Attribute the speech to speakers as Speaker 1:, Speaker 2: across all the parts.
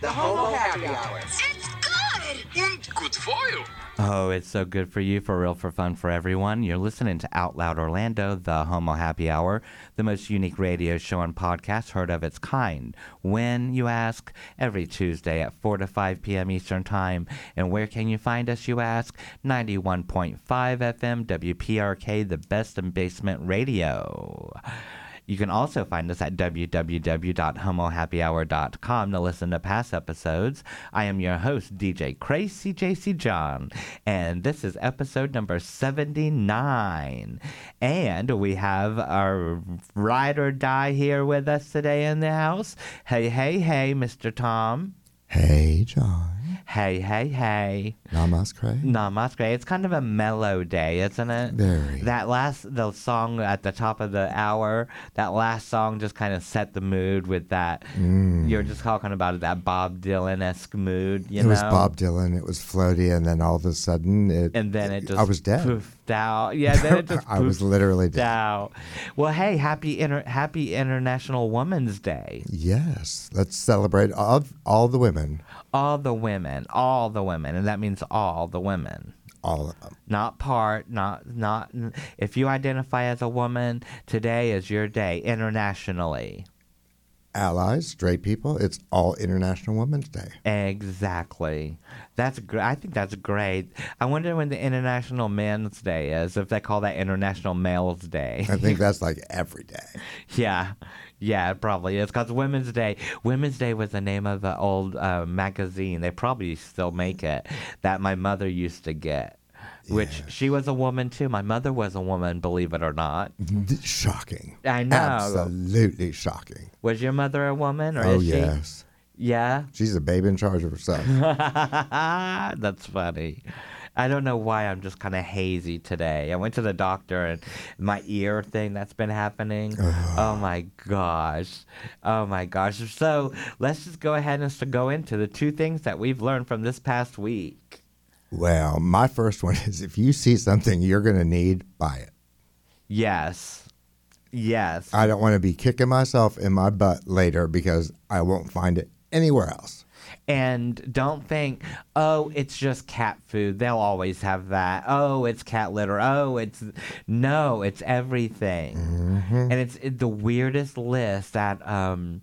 Speaker 1: the Homo Happy Hour.
Speaker 2: It's good.
Speaker 3: Und gut for you.
Speaker 4: Oh, it's so good for you, for real, for fun, for everyone. You're listening to Out Loud Orlando, the Homo Happy Hour, the most unique radio show and podcast heard of its kind. When, you ask? Every Tuesday at 4 to 5 p.m. Eastern Time. And where can you find us, you ask? 91.5 FM WPRK, the best in basement radio. You can also find us at www.homohappyhour.com to listen to past episodes. I am your host, DJ Crazy JC John, and this is episode number 79. And we have our ride or die here with us today in the house. Hey, hey, hey, Mr. Tom.
Speaker 5: Hey, John.
Speaker 4: Hey, hey, hey.
Speaker 5: Namaskar.
Speaker 4: Namaste. It's kind of a mellow day, isn't it?
Speaker 5: Very.
Speaker 4: That last the song at the top of the hour, that last song just kind of set the mood with that. You're just talking about that Bob Dylan esque mood, you
Speaker 5: Mm. It
Speaker 4: know.
Speaker 5: was Bob Dylan. It was floaty, and then all of a sudden, it.
Speaker 4: and then it just
Speaker 5: I was dead.
Speaker 4: poofed out. Yeah, then it just
Speaker 5: I was
Speaker 4: poofed
Speaker 5: literally dead.
Speaker 4: out. Well, hey, happy inter- happy International Women's Day.
Speaker 5: Yes, let's celebrate all, all the women,
Speaker 4: All the women, all the women, and that means all the women.
Speaker 5: all um, of them.
Speaker 4: not part not not if you identify as a woman today is your day internationally
Speaker 5: Allies, straight people. It's all International Women's Day.
Speaker 4: exactly that's gr- i think that's great i wonder when the international men's day is if they call that international males day
Speaker 5: I think that's like every day.
Speaker 4: yeah yeah it probably is because women's day women's day was the name of an old uh, magazine they probably still make it that my mother used to get which she was a woman too my mother was a woman believe it or not
Speaker 5: Th- Shocking.
Speaker 4: I know.
Speaker 5: Absolutely shocking.
Speaker 4: Was your mother a woman, or
Speaker 5: oh
Speaker 4: is
Speaker 5: yes,
Speaker 4: she? Yeah,
Speaker 5: she's a babe in charge of herself.
Speaker 4: that's funny. I don't know why I'm just kind of hazy today. I went to the doctor and my ear thing that's been happening. oh my gosh. Oh my gosh. So let's just go ahead and s- go into the two things that we've learned from this past week.
Speaker 5: well, my first one is if you see something you're going to need, buy it.
Speaker 4: Yes. Yes.
Speaker 5: I don't want to be kicking myself in my butt later because I won't find it anywhere else.
Speaker 4: and don't think, oh, it's just cat food. They'll always have that. Oh, it's cat litter. Oh, it's no, it's everything.
Speaker 5: Mm-hmm.
Speaker 4: And it's it, the weirdest list at um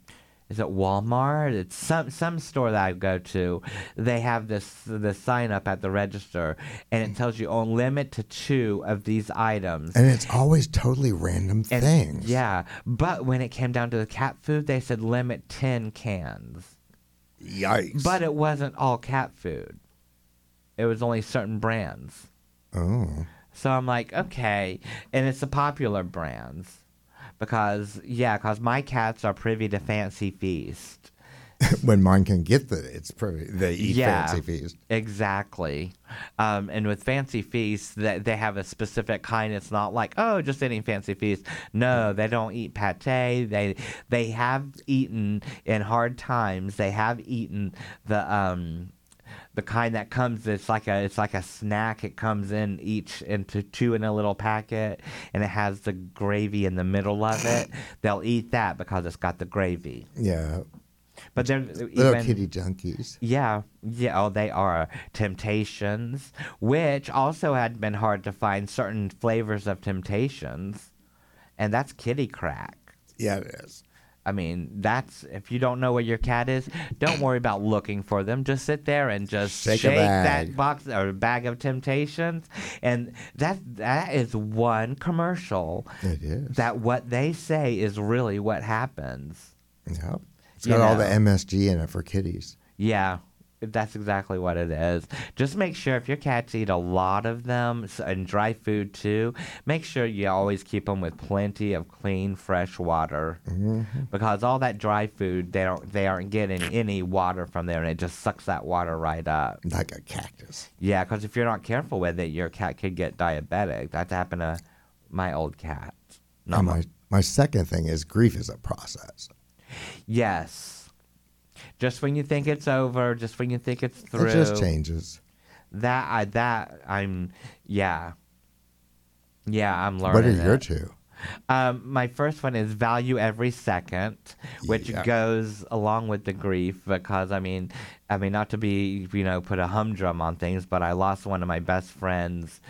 Speaker 4: is it Walmart? It's some some store that I go to. They have this this sign up at the register and it tells you on limit to 2 of these items.
Speaker 5: And it's always totally random
Speaker 4: And-
Speaker 5: things.
Speaker 4: Yeah, but when it came down to the cat food, they said limit 10 cans.
Speaker 5: Yikes.
Speaker 4: But it wasn't all cat food. It was only certain brands.
Speaker 5: oh.
Speaker 4: So I'm like, okay. And it's the popular brands. Because, yeah, because my cats are privy to Fancy Feast.
Speaker 5: when mine can get the it's pretty they eat
Speaker 4: Yeah.
Speaker 5: fancy feast.
Speaker 4: Exactly. Um, and with Fancy Feast, that they have a specific kind. It's not like, oh, just eating Fancy Feast. No, they don't eat pate. They they have eaten in hard times. They have eaten the um the kind that comes it's like a it's like a snack it comes in each into two in a little packet and it has the gravy in the middle of it they'll eat that because it's got the gravy
Speaker 5: Yeah.
Speaker 4: but they're
Speaker 5: Little
Speaker 4: even-
Speaker 5: kitty junkies.
Speaker 4: yeah, yeah, oh, they are Temptations, which also had been hard to find certain flavors of Temptations, and that's kitty crack.
Speaker 5: Yeah, it is.
Speaker 4: I mean, that's if you don't know where your cat is, don't worry about looking for them. Just sit there and just
Speaker 5: Shake a
Speaker 4: shake, that
Speaker 5: bag.
Speaker 4: box or bag of Temptations, and that that is one commercial
Speaker 5: It is.
Speaker 4: that what they say is really what happens.
Speaker 5: Yep. It's
Speaker 4: You
Speaker 5: got all
Speaker 4: know.
Speaker 5: the MSG in it for kitties.
Speaker 4: Yeah, that's exactly what it is. Just make sure if your cats eat a lot of them s- and dry food too, make sure you always keep them with plenty of clean, fresh water
Speaker 5: Mm.
Speaker 4: because all that dry food they don't they aren't getting any water from there and it just sucks that water right up.
Speaker 5: Like a cactus.
Speaker 4: Yeah, because if you're not careful with it, your cat could get diabetic. That happened to my old cat. Not
Speaker 5: And
Speaker 4: my
Speaker 5: my my second thing is grief is a process.
Speaker 4: yes. Just when you think it's over, just when you think it's through,
Speaker 5: It just changes.
Speaker 4: That I that I'm yeah. Yeah, I'm learning.
Speaker 5: What are your
Speaker 4: it.
Speaker 5: two?
Speaker 4: Um, my first one is value every second, which
Speaker 5: Yeah.
Speaker 4: goes along with the grief because I mean, I mean not to be you know put a humdrum on things, but I lost one of my best friends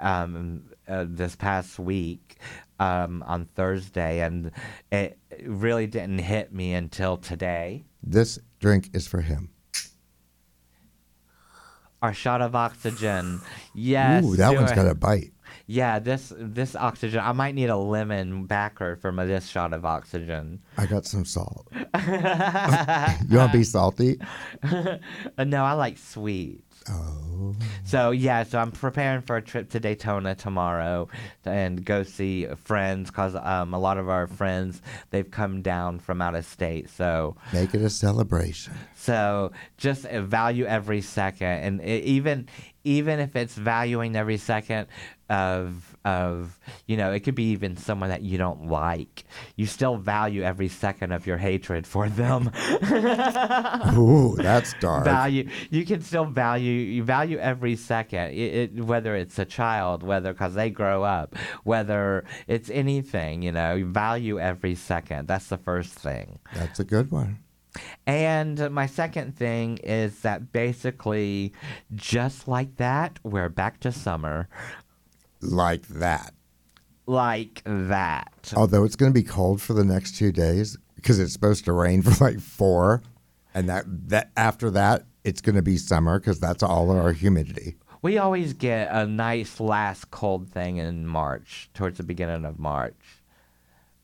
Speaker 4: um, uh, this past week um, on Thursday, and it really didn't hit me until today.
Speaker 5: This drink is for him.
Speaker 4: Our shot of oxygen, yes.
Speaker 5: Ooh, that one's
Speaker 4: Stuart.
Speaker 5: got a bite.
Speaker 4: Yeah, this this oxygen. I might need a lemon backer for my this shot of oxygen.
Speaker 5: I got some salt. you want to be salty?
Speaker 4: Uh, no, I like sweet.
Speaker 5: Oh.
Speaker 4: So yeah, so I'm preparing for a trip to Daytona tomorrow, and go see friends because um, a lot of our friends they've come down from out of state. So
Speaker 5: Make it a celebration.
Speaker 4: so just uh, value every second, and e- even even if it's valuing every second of of you know it could be even someone that you don't like, you still value every second of your hatred for them.
Speaker 5: Ooh, that's dark.
Speaker 4: Uh-huh. value you can still value you value every second it, it, whether it's a child whether because they grow up whether it's anything you know you value every second that's the first thing
Speaker 5: That's a good one.
Speaker 4: and my second thing is that basically just like that we're back to summer
Speaker 5: Like that.
Speaker 4: like that
Speaker 5: Although it's going to be cold for the next two days because it's supposed to rain for like four, and that that after that it's going to be summer because that's all our humidity.
Speaker 4: we always get a nice last cold thing in march towards the beginning of march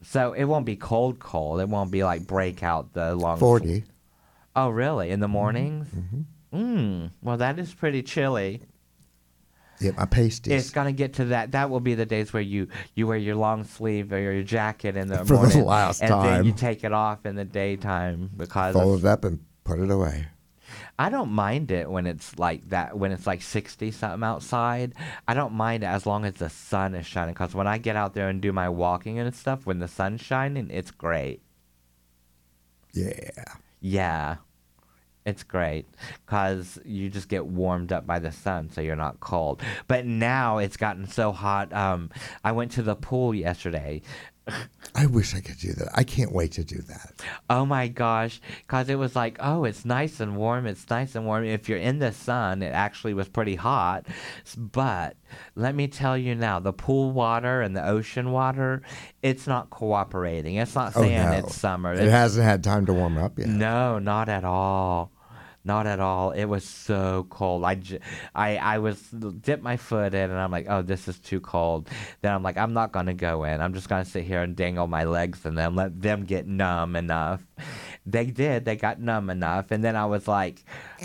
Speaker 4: so it won't be cold cold it won't be like break out the long
Speaker 5: Forty.
Speaker 4: Oh, really? In the mornings? Mm. Well, that is pretty chilly.
Speaker 5: Yeah, my
Speaker 4: It's
Speaker 5: pasties.
Speaker 4: gonna get to that. That will be the days where you you wear your long sleeve or your jacket in the
Speaker 5: For the
Speaker 4: morning,
Speaker 5: last
Speaker 4: and then you
Speaker 5: time.
Speaker 4: take it off in the daytime because
Speaker 5: Fold it up and put it away.
Speaker 4: I don't mind it when it's like that. When it's like sixty something outside, I don't mind it as long as the sun is shining. Because when I get out there and do my walking and stuff, when the sun's shining, it's great.
Speaker 5: Yeah.
Speaker 4: Yeah. It's great because you just get warmed up by the sun, so you're not cold. But now it's gotten so hot. Um, I went to the pool yesterday.
Speaker 5: I wish I could do that. I can't wait to do that.
Speaker 4: Oh my gosh, because it was like, oh, it's nice and warm. It's nice and warm. If you're in the sun, it actually was pretty hot. S- But let me tell you now, the pool water and the ocean water, it's not cooperating. It's not saying
Speaker 5: oh no.
Speaker 4: it's summer.
Speaker 5: It
Speaker 4: It's-
Speaker 5: hasn't had time to warm up yet.
Speaker 4: No, not at all. Not at all. It was so cold. I, j- I, I was dipped my foot in, and I'm like, oh, this is too cold. Then I'm like, I'm not gonna go in. I'm just gonna sit here and dangle my legs in them, let them get numb enough. They did. They got numb enough, and then I was like,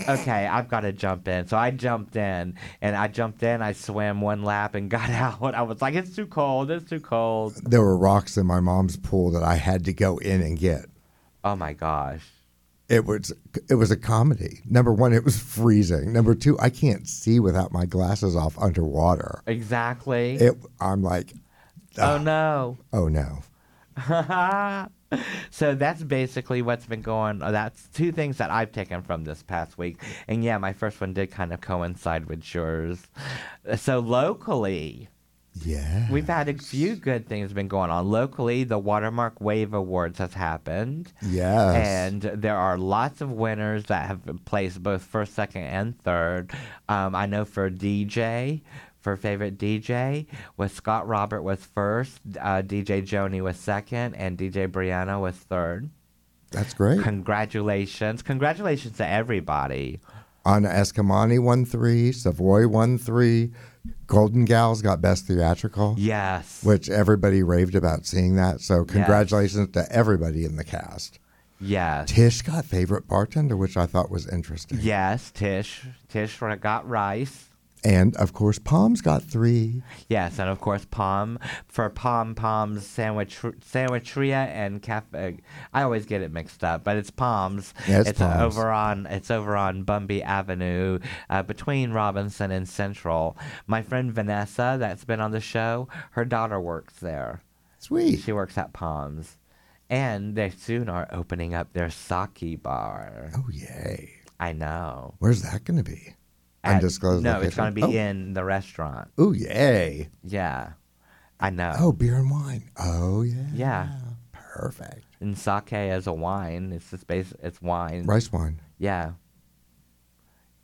Speaker 4: okay, I've got to jump in. So I jumped in, and I jumped in. I swam one lap and got out. I was like, it's too cold. It's too cold.
Speaker 5: There were rocks in my mom's pool that I had to go in and get.
Speaker 4: Oh my gosh.
Speaker 5: It was it was a comedy. Number one, it was freezing. Number two, I can't see without my glasses off underwater.
Speaker 4: Exactly.
Speaker 5: It I'm like,
Speaker 4: oh no.
Speaker 5: oh no.
Speaker 4: so that's basically what's been going uh, that's two things that i've taken from this past week and yeah my first one did kind of coincide with yours Uh, so locally
Speaker 5: Yeah.
Speaker 4: we've had a few good things been going on locally the watermark wave awards has happened
Speaker 5: Yes.
Speaker 4: and there are lots of winners that have been placed both first, second, and third. Um, I know for DJ, for favorite DJ, was Scott Robert was first, uh, DJ Joni was second, and DJ Brianna was third.
Speaker 5: That's great.
Speaker 4: Congratulations! Congratulations to everybody.
Speaker 5: Anna Eskamani won three, Savoy won three, Golden Gals got best theatrical,
Speaker 4: Yes.
Speaker 5: which everybody raved about seeing that. So congratulations to everybody in the cast.
Speaker 4: Yes.
Speaker 5: Tish got favorite bartender, which I thought was interesting.
Speaker 4: Yes. Tish. Tish got rice.
Speaker 5: And of course, Palms got three.
Speaker 4: Yes, and of course, Pom for Pom Pom's sandwich sandwicheria and cafe. I always get it mixed up, but it's Pom's.
Speaker 5: Yeah, it's
Speaker 4: uh,
Speaker 5: Pom's.
Speaker 4: over on it's over on Bumby Avenue, uh, between Robinson and Central. My friend Vanessa, that's been on the show, her daughter works there.
Speaker 5: Sweet.
Speaker 4: She works at Pom's, and they soon are opening up their sake bar.
Speaker 5: Oh, yay.
Speaker 4: I know.
Speaker 5: Where's that going to be?
Speaker 4: At-
Speaker 5: Undisclosed Oh.
Speaker 4: No, it's going to be
Speaker 5: location?
Speaker 4: in the restaurant.
Speaker 5: Oh, ooh, yay.
Speaker 4: Yeah. I know.
Speaker 5: Oh, beer and wine. Oh yeah.
Speaker 4: Yeah.
Speaker 5: Perfect.
Speaker 4: And sake as a wine, it's just base. It's wine.
Speaker 5: Rice wine.
Speaker 4: Yeah.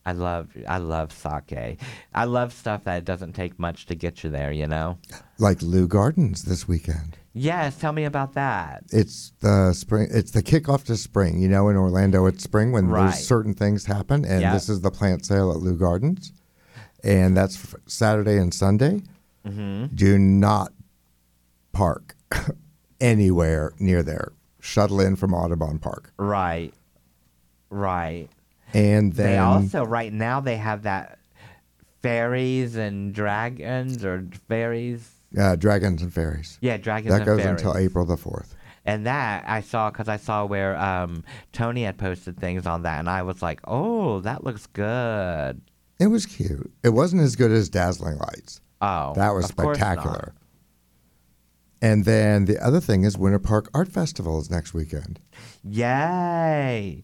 Speaker 4: I love I love sake. I love stuff that doesn't take much to get you there, you know?
Speaker 5: Like Lou Gardens this weekend.
Speaker 4: Yes, tell me about that.
Speaker 5: It's the spring. It's the kickoff to spring. You know, in Orlando, it's spring when
Speaker 4: Right.
Speaker 5: there's certain things happen, and
Speaker 4: Yeah.
Speaker 5: this is the plant sale at Lou Gardens, and that's f- Saturday and Sunday.
Speaker 4: Mm-hmm.
Speaker 5: Do not park anywhere near there. Shuttle in from Audubon Park,
Speaker 4: Right. Right.
Speaker 5: and then
Speaker 4: they also right now they have that fairies and dragons or fairies.
Speaker 5: uh, Dragons and Fairies.
Speaker 4: Yeah, dragons
Speaker 5: that
Speaker 4: and
Speaker 5: goes
Speaker 4: fairies.
Speaker 5: until April the fourth.
Speaker 4: And that I saw because I saw where um, Tony had posted things on that, and I was like, "Oh, that looks good."
Speaker 5: It was cute. It wasn't as good as Dazzling Lights.
Speaker 4: Oh,
Speaker 5: That was
Speaker 4: of course not.
Speaker 5: spectacular. And then the other thing is Winter Park Art Festival is next weekend.
Speaker 4: Yay!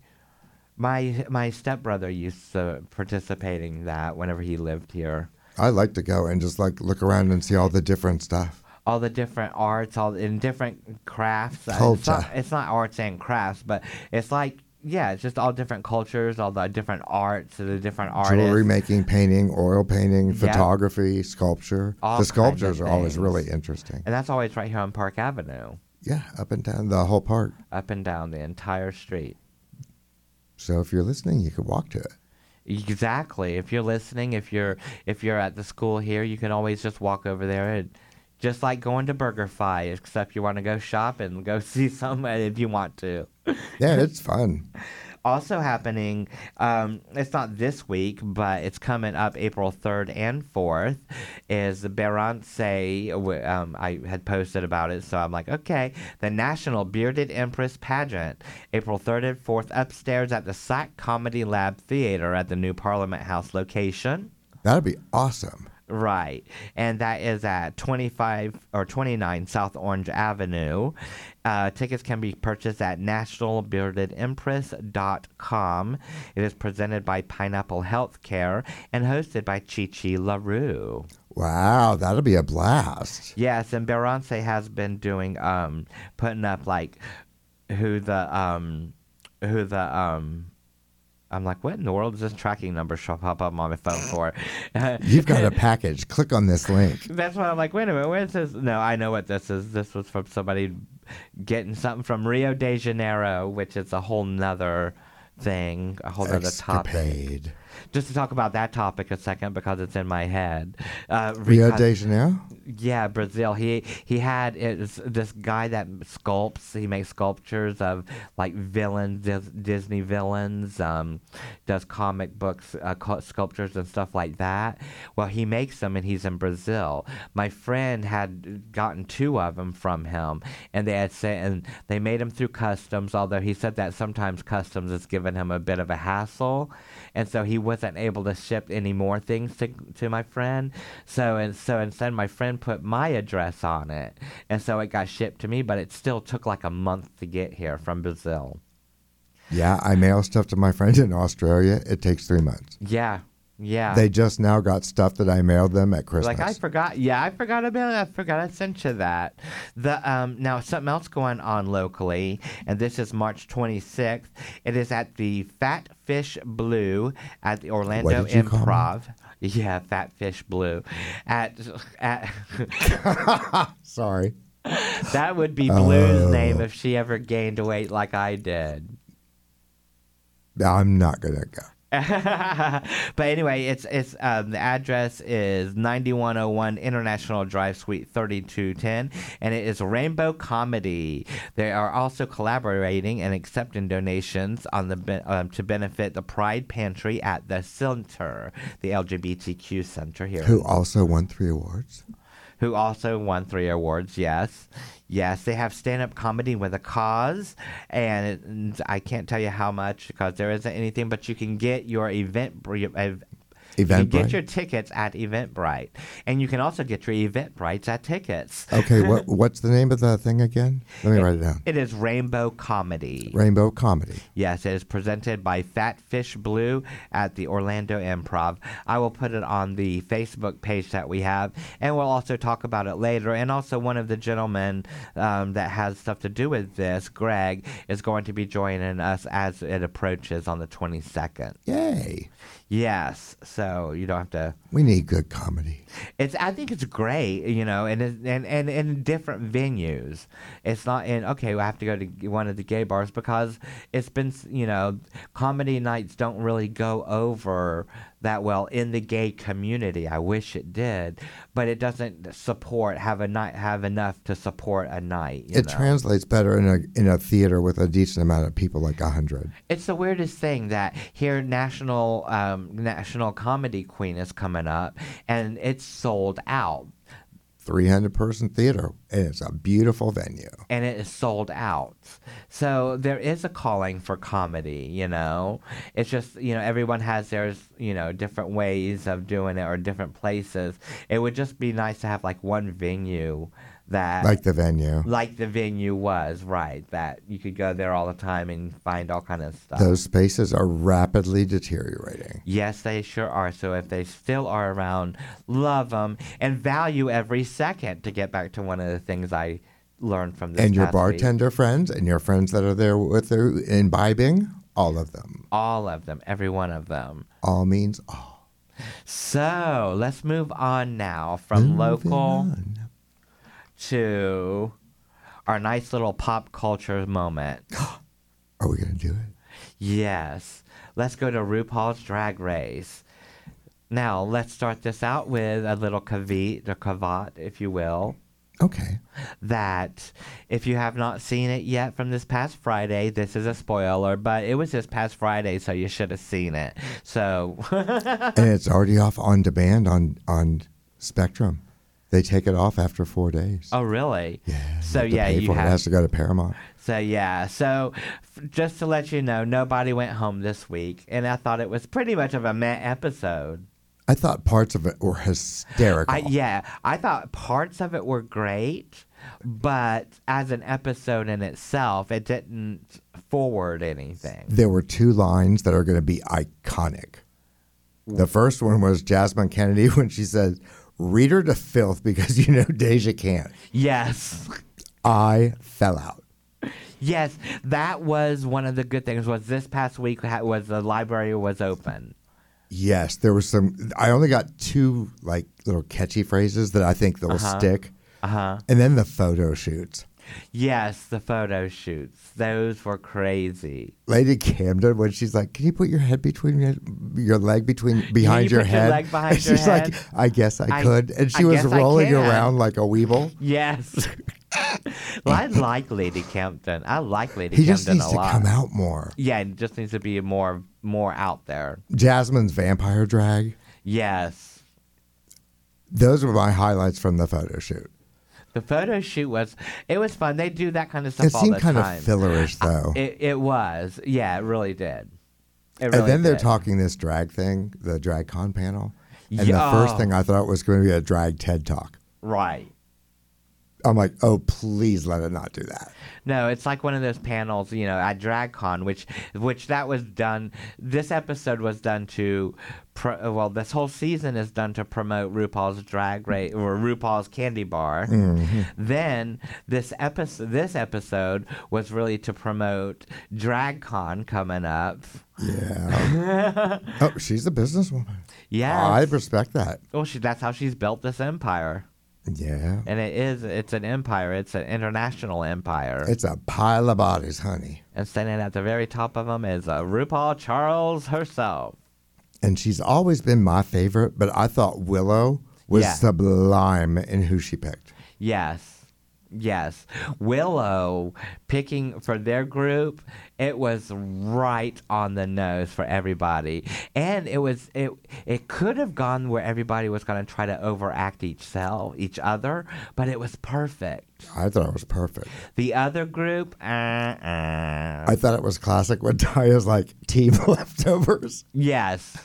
Speaker 4: My my stepbrother used to participate in that whenever he lived here.
Speaker 5: I like to go and just like look around and see all the different stuff.
Speaker 4: All the different arts, all in different crafts. Uh, It's
Speaker 5: Culture.
Speaker 4: not, it's not arts and crafts, but it's like yeah, it's just all different cultures, all the different arts, the different artists.
Speaker 5: Jewelry making, painting, oil painting,
Speaker 4: Yeah.
Speaker 5: photography, sculpture.
Speaker 4: All
Speaker 5: the
Speaker 4: kinds of
Speaker 5: sculptures are always
Speaker 4: things.
Speaker 5: really interesting.
Speaker 4: and that's always right here on Park Avenue,
Speaker 5: Yeah, up and down the whole park.
Speaker 4: up and down the entire street.
Speaker 5: So if you're listening, you could walk to it.
Speaker 4: Exactly. If you're listening, if you're if you're at the school here, you can always just walk over there and just like going to BurgerFi, except you want to go shop and go see someone if you want to.
Speaker 5: Yeah, it's fun.
Speaker 4: Also happening, um, it's not this week, but it's coming up April third and fourth. Is the Berance? w- Um, I had posted about it, so I'm like, okay, the National Bearded Empress pageant, April third and fourth, upstairs at the Sac Comedy Lab Theater at the new Parliament House location.
Speaker 5: That'd be awesome.
Speaker 4: Right. And that is at 25 or 29 South Orange Avenue. Uh, tickets can be purchased at nationalbeardedempress.com. It is presented by Pineapple Healthcare and hosted by Chi Chi LaRue.
Speaker 5: Wow, that'll be a blast.
Speaker 4: Yes, and Berance has been doing um putting up like who the um who the um I'm like, what in the world is this tracking number shall pop up on my phone for?
Speaker 5: You've got a package. Click on this link.
Speaker 4: That's why I'm like, wait a minute, where's this? No, I know what this is. This was from somebody getting something from Rio de Janeiro, which is a whole nother thing, a whole nother topic.
Speaker 5: Escapade.
Speaker 4: Just to talk about that topic a second because it's in my head. Uh,
Speaker 5: Rio
Speaker 4: because-
Speaker 5: de Janeiro?
Speaker 4: yeah, Brazil. He he had it's this guy that sculpts. He makes sculptures of like villains, Dis- Disney villains. Um, does comic books uh, co- sculptures and stuff like that. Well, he makes them, and he's in Brazil. My friend had gotten two of them from him, and they had said, and they made him through customs. Although he said that sometimes customs has given him a bit of a hassle, and so he wasn't able to ship any more things to to my friend. So and so instead, my friend put my address on it, and so it got shipped to me. But it still took like a month to get here from Brazil.
Speaker 5: Yeah, I mail stuff to my friend in Australia. It takes three months.
Speaker 4: Yeah, yeah.
Speaker 5: They just now got stuff that I mailed them at Christmas.
Speaker 4: Like I forgot. Yeah, I forgot about it. I forgot I sent you that. The um now something else going on locally, and this is March 26th. It is at the Fat Fish Blue at the Orlando
Speaker 5: did you call me?
Speaker 4: Improv. Yeah, Fat Fish Blue, at at.
Speaker 5: Sorry.
Speaker 4: That would be
Speaker 5: Oh.
Speaker 4: Blue's name if she ever gained weight like I did.
Speaker 5: I'm not going to go.
Speaker 4: but anyway, it's it's um, the address is 9101 International Drive, Suite 3210, and it is Rainbow Comedy. They are also collaborating and accepting donations on the ben- um, to benefit the Pride Pantry at the center, the LGBTQ center here.
Speaker 5: Who also won three awards?
Speaker 4: who also won three awards. Yes, yes, they have stand-up comedy with a cause, and, it, and I can't tell you how much because there isn't anything. But you can get your event. Br- ev- You can
Speaker 5: Eventbrite.
Speaker 4: get your tickets at Eventbrite, and you can also get your Eventbrites at tickets.
Speaker 5: Okay, what what's the name of the thing again? Let me write it down.
Speaker 4: It is Rainbow Comedy.
Speaker 5: Rainbow Comedy.
Speaker 4: Yes, it is presented by Fat Fish Blue at the Orlando Improv. I will put it on the Facebook page that we have, and we'll also talk about it later. And also, one of the gentlemen um, that has stuff to do with this, Greg, is going to be joining us as it approaches on the 22nd.
Speaker 5: Yay!
Speaker 4: Yes, so you don't have to.
Speaker 5: We need good comedy.
Speaker 4: It's. I think it's great, you know, and it- and and in different venues. It's not in okay. I have to go to g- one of the gay bars because it's been s- you know, comedy nights don't really go over that well in the gay community. I wish it did, but it doesn't support have a night have enough to support a night. you
Speaker 5: it
Speaker 4: know?
Speaker 5: translates better in a in a theater with a decent amount of people, like hundred.
Speaker 4: It's the weirdest thing that here national um, national comedy queen is coming up, and it's sold out.
Speaker 5: 300 person theater and it's a beautiful venue
Speaker 4: and it is sold out. So there is a calling for comedy, you know. It's just, you know, everyone has their, you know, different ways of doing it or different places. It would just be nice to have like one venue that
Speaker 5: like the venue
Speaker 4: like the venue was, right, that you could go there all the time and find all kind of stuff.
Speaker 5: those spaces are rapidly deteriorating
Speaker 4: Yes, they sure are. So if they still are around, love them and value every second to get back to one of the things I learned from this
Speaker 5: and your
Speaker 4: past week.
Speaker 5: bartender friends and your friends that are there with you imbibing all of them
Speaker 4: all of them, every one of them.
Speaker 5: all means all
Speaker 4: So let's move on now from
Speaker 5: Moving
Speaker 4: local
Speaker 5: on.
Speaker 4: to our nice little pop culture moment.
Speaker 5: are we gonna do it
Speaker 4: yes, let's go to RuPaul's Drag Race. Now let's start this out with a little caveat, or caveat, if you will.
Speaker 5: okay
Speaker 4: that if you have not seen it yet from this past Friday, this is a spoiler, but it was this past Friday, so you should have seen it. So,
Speaker 5: and it's already off on demand on on spectrum they take it off after four days
Speaker 4: oh really?
Speaker 5: yeah
Speaker 4: So
Speaker 5: have to
Speaker 4: yeah,
Speaker 5: pay
Speaker 4: you
Speaker 5: for it. it
Speaker 4: have.
Speaker 5: has to go to paramount
Speaker 4: So yeah. So f- just to let you know, nobody went home this week, and I thought it was pretty much of a meh episode.
Speaker 5: i thought parts of it were hysterical
Speaker 4: I, yeah, I thought parts of it were great, but as an episode in itself, it didn't forward anything.
Speaker 5: there were two lines that are going to be iconic. The first one was Jasmine Kennedy when she said, "Read her to filth because you know Deja can't."
Speaker 4: Yes.
Speaker 5: I fell out.
Speaker 4: Yes, that was one of the good things. Was this past week ha- was the library was open?
Speaker 5: Yes, there was some. I only got two like little catchy phrases that I think they'll stick.
Speaker 4: Uh huh.
Speaker 5: And then the photo shoots.
Speaker 4: Yes, the photo shoots. Those were crazy.
Speaker 5: Lady Camden when she's like, "Can you put your head between your, your leg between behind
Speaker 4: you
Speaker 5: your
Speaker 4: put your
Speaker 5: head?"
Speaker 4: leg behind
Speaker 5: And
Speaker 4: your
Speaker 5: she's
Speaker 4: head?
Speaker 5: like, "I guess I,
Speaker 4: I-
Speaker 5: could," and she
Speaker 4: I
Speaker 5: was
Speaker 4: guess I
Speaker 5: rolling
Speaker 4: can.
Speaker 5: around like a weeble.
Speaker 4: Yes. well, I like Lady Campton. I like Lady
Speaker 5: He just
Speaker 4: Campton
Speaker 5: needs
Speaker 4: a
Speaker 5: to
Speaker 4: lot.
Speaker 5: come out more.
Speaker 4: Yeah, it just needs to be more more out there.
Speaker 5: Jasmine's vampire drag.
Speaker 4: Yes.
Speaker 5: Those were my highlights from the photo shoot.
Speaker 4: The photo shoot was it was fun. They do that kind of stuff
Speaker 5: It
Speaker 4: all
Speaker 5: seemed
Speaker 4: the
Speaker 5: kind
Speaker 4: time.
Speaker 5: of fillerish though.
Speaker 4: it, it was. Yeah, it really did. It really
Speaker 5: and then they're
Speaker 4: did.
Speaker 5: talking this drag thing, the drag con panel. And
Speaker 4: Yeah.
Speaker 5: the first thing I thought was going to be a drag TED talk.
Speaker 4: right.
Speaker 5: I'm like, oh, please let it not do that.
Speaker 4: No, it's like one of those panels, you know, at DragCon, which which that was done. This episode was done to, pro, well, this whole season is done to promote RuPaul's Drag Race or RuPaul's Candy Bar.
Speaker 5: Mm-hmm.
Speaker 4: Then this episode, this episode was really to promote DragCon coming up.
Speaker 5: Yeah. oh, she's a businesswoman.
Speaker 4: Yeah.
Speaker 5: I respect that.
Speaker 4: well, she, that's how she's built this empire,
Speaker 5: Yeah.
Speaker 4: and it is it's an empire. It's an international empire.
Speaker 5: It's a pile of bodies, honey.
Speaker 4: and standing at the very top of them is uh, RuPaul Charles herself.
Speaker 5: And she's always been my favorite, but I thought Willow was
Speaker 4: Yeah.
Speaker 5: sublime in who she picked.
Speaker 4: Yes. Yes. Willow picking for their group, it was right on the nose for everybody. And it was it it could have gone where everybody was gonna try to overact each cell each other, but it was perfect.
Speaker 5: I thought it was perfect.
Speaker 4: The other group, uh uh
Speaker 5: I thought it was classic when Taya's like team leftovers,
Speaker 4: Yes.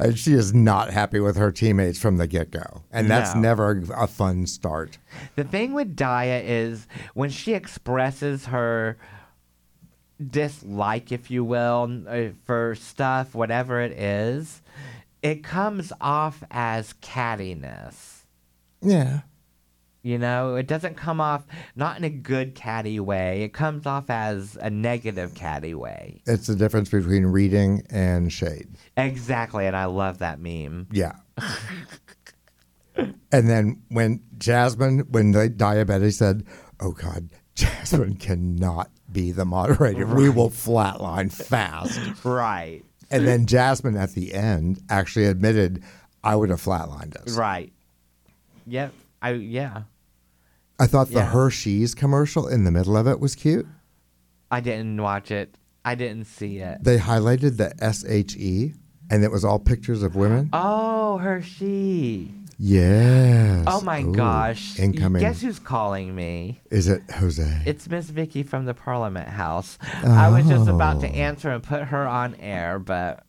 Speaker 5: And Uh, she is not happy with her teammates from the get go. And that's
Speaker 4: No.
Speaker 5: never a fun start.
Speaker 4: The thing with Daya is when she expresses her dislike, if you will, uh, for stuff, whatever it is, it comes off as cattiness.
Speaker 5: Yeah.
Speaker 4: You know, it doesn't come off not in a good catty way. It comes off as a negative catty way.
Speaker 5: It's the difference between reading and shade.
Speaker 4: Exactly, and I love that meme.
Speaker 5: Yeah. and then when Jasmine, when the diabetic said, "Oh God, Jasmine cannot be the moderator. We will flatline fast."
Speaker 4: Right,
Speaker 5: and then Jasmine at the end actually admitted, "I would have flatlined us."
Speaker 4: right. Yep. I yeah.
Speaker 5: I thought the
Speaker 4: Yeah.
Speaker 5: Hershey's commercial in the middle of it was cute.
Speaker 4: I didn't watch it. I didn't see it.
Speaker 5: They highlighted the S H E, and it was all pictures of women.
Speaker 4: Oh, Hershey.
Speaker 5: yes.
Speaker 4: Oh my
Speaker 5: Ooh,
Speaker 4: gosh.
Speaker 5: Incoming.
Speaker 4: Guess who's calling me?
Speaker 5: Is it Jose?
Speaker 4: It's Miss Vicky from the Parliament House. I was just about to
Speaker 5: Oh.
Speaker 4: answer and put her on air, but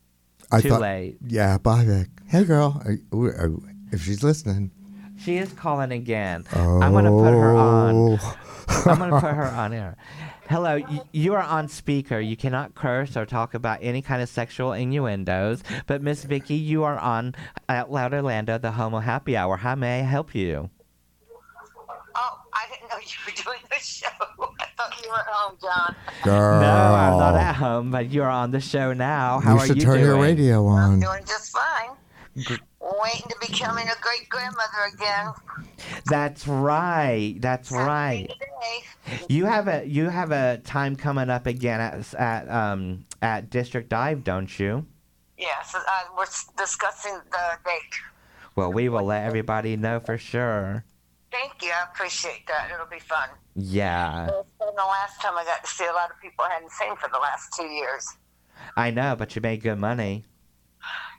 Speaker 5: I
Speaker 4: too
Speaker 5: thought-
Speaker 4: late.
Speaker 5: Yeah, bye, Vic. Hey, girl. I- ooh, I- if she's listening,
Speaker 4: She is calling again. I'm going to put her on.
Speaker 5: Oh.
Speaker 4: I'm going to put her on air. Hello, y- you are on speaker. You cannot curse or talk about any kind of sexual innuendos. But Miss Vicky, you are on Out Loud Orlando, the Homo Happy Hour. How may I help you?
Speaker 1: Oh, I didn't know you were doing the show. I thought you were home, John.
Speaker 5: girl.
Speaker 4: No, I'm not at home, but you're on the show now. How
Speaker 5: Oh. you
Speaker 4: are
Speaker 5: should
Speaker 4: you
Speaker 5: turn your
Speaker 4: doing?
Speaker 5: radio
Speaker 1: I'm
Speaker 5: on.
Speaker 1: doing just fine. Waiting to becoming a great grandmother again.
Speaker 4: That's right. That's right.
Speaker 1: Today.
Speaker 4: You have a you have a time coming up again at at um at District Dive, don't you?
Speaker 1: Yeah, so uh, we're s- discussing the date.
Speaker 4: Well, we will let everybody know for sure.
Speaker 1: Thank you. I appreciate that. It'll be fun.
Speaker 4: Yeah,
Speaker 1: It's been the last time I got to see a lot of people I hadn't seen for the last two years.
Speaker 4: I know, but you made good money.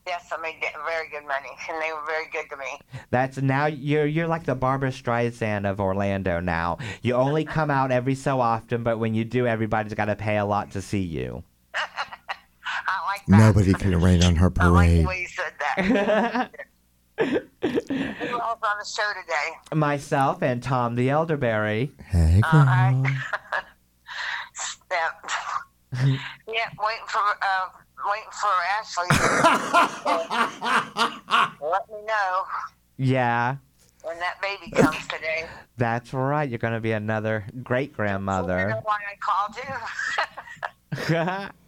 Speaker 1: Yes, I made get very good money, and they were very good to me.
Speaker 4: That's now you're you're like the Barbara Streisand of Orlando now. You only come out every so often, but when you do, everybody's got to pay a lot to see you.
Speaker 1: I like that.
Speaker 5: Nobody can rain on her
Speaker 1: I like the
Speaker 5: parade.
Speaker 1: way you said that.
Speaker 4: Myself
Speaker 1: Who else on the show today?
Speaker 4: and Tom the Elderberry.
Speaker 5: Hey, girl.
Speaker 1: Uh, I- Yeah. yeah, waiting for uh, waiting for Ashley. Let me know
Speaker 4: Yeah,
Speaker 1: when that baby comes today.
Speaker 4: that's right. You're gonna be another great
Speaker 1: You know
Speaker 4: grandmother.
Speaker 1: why I called you?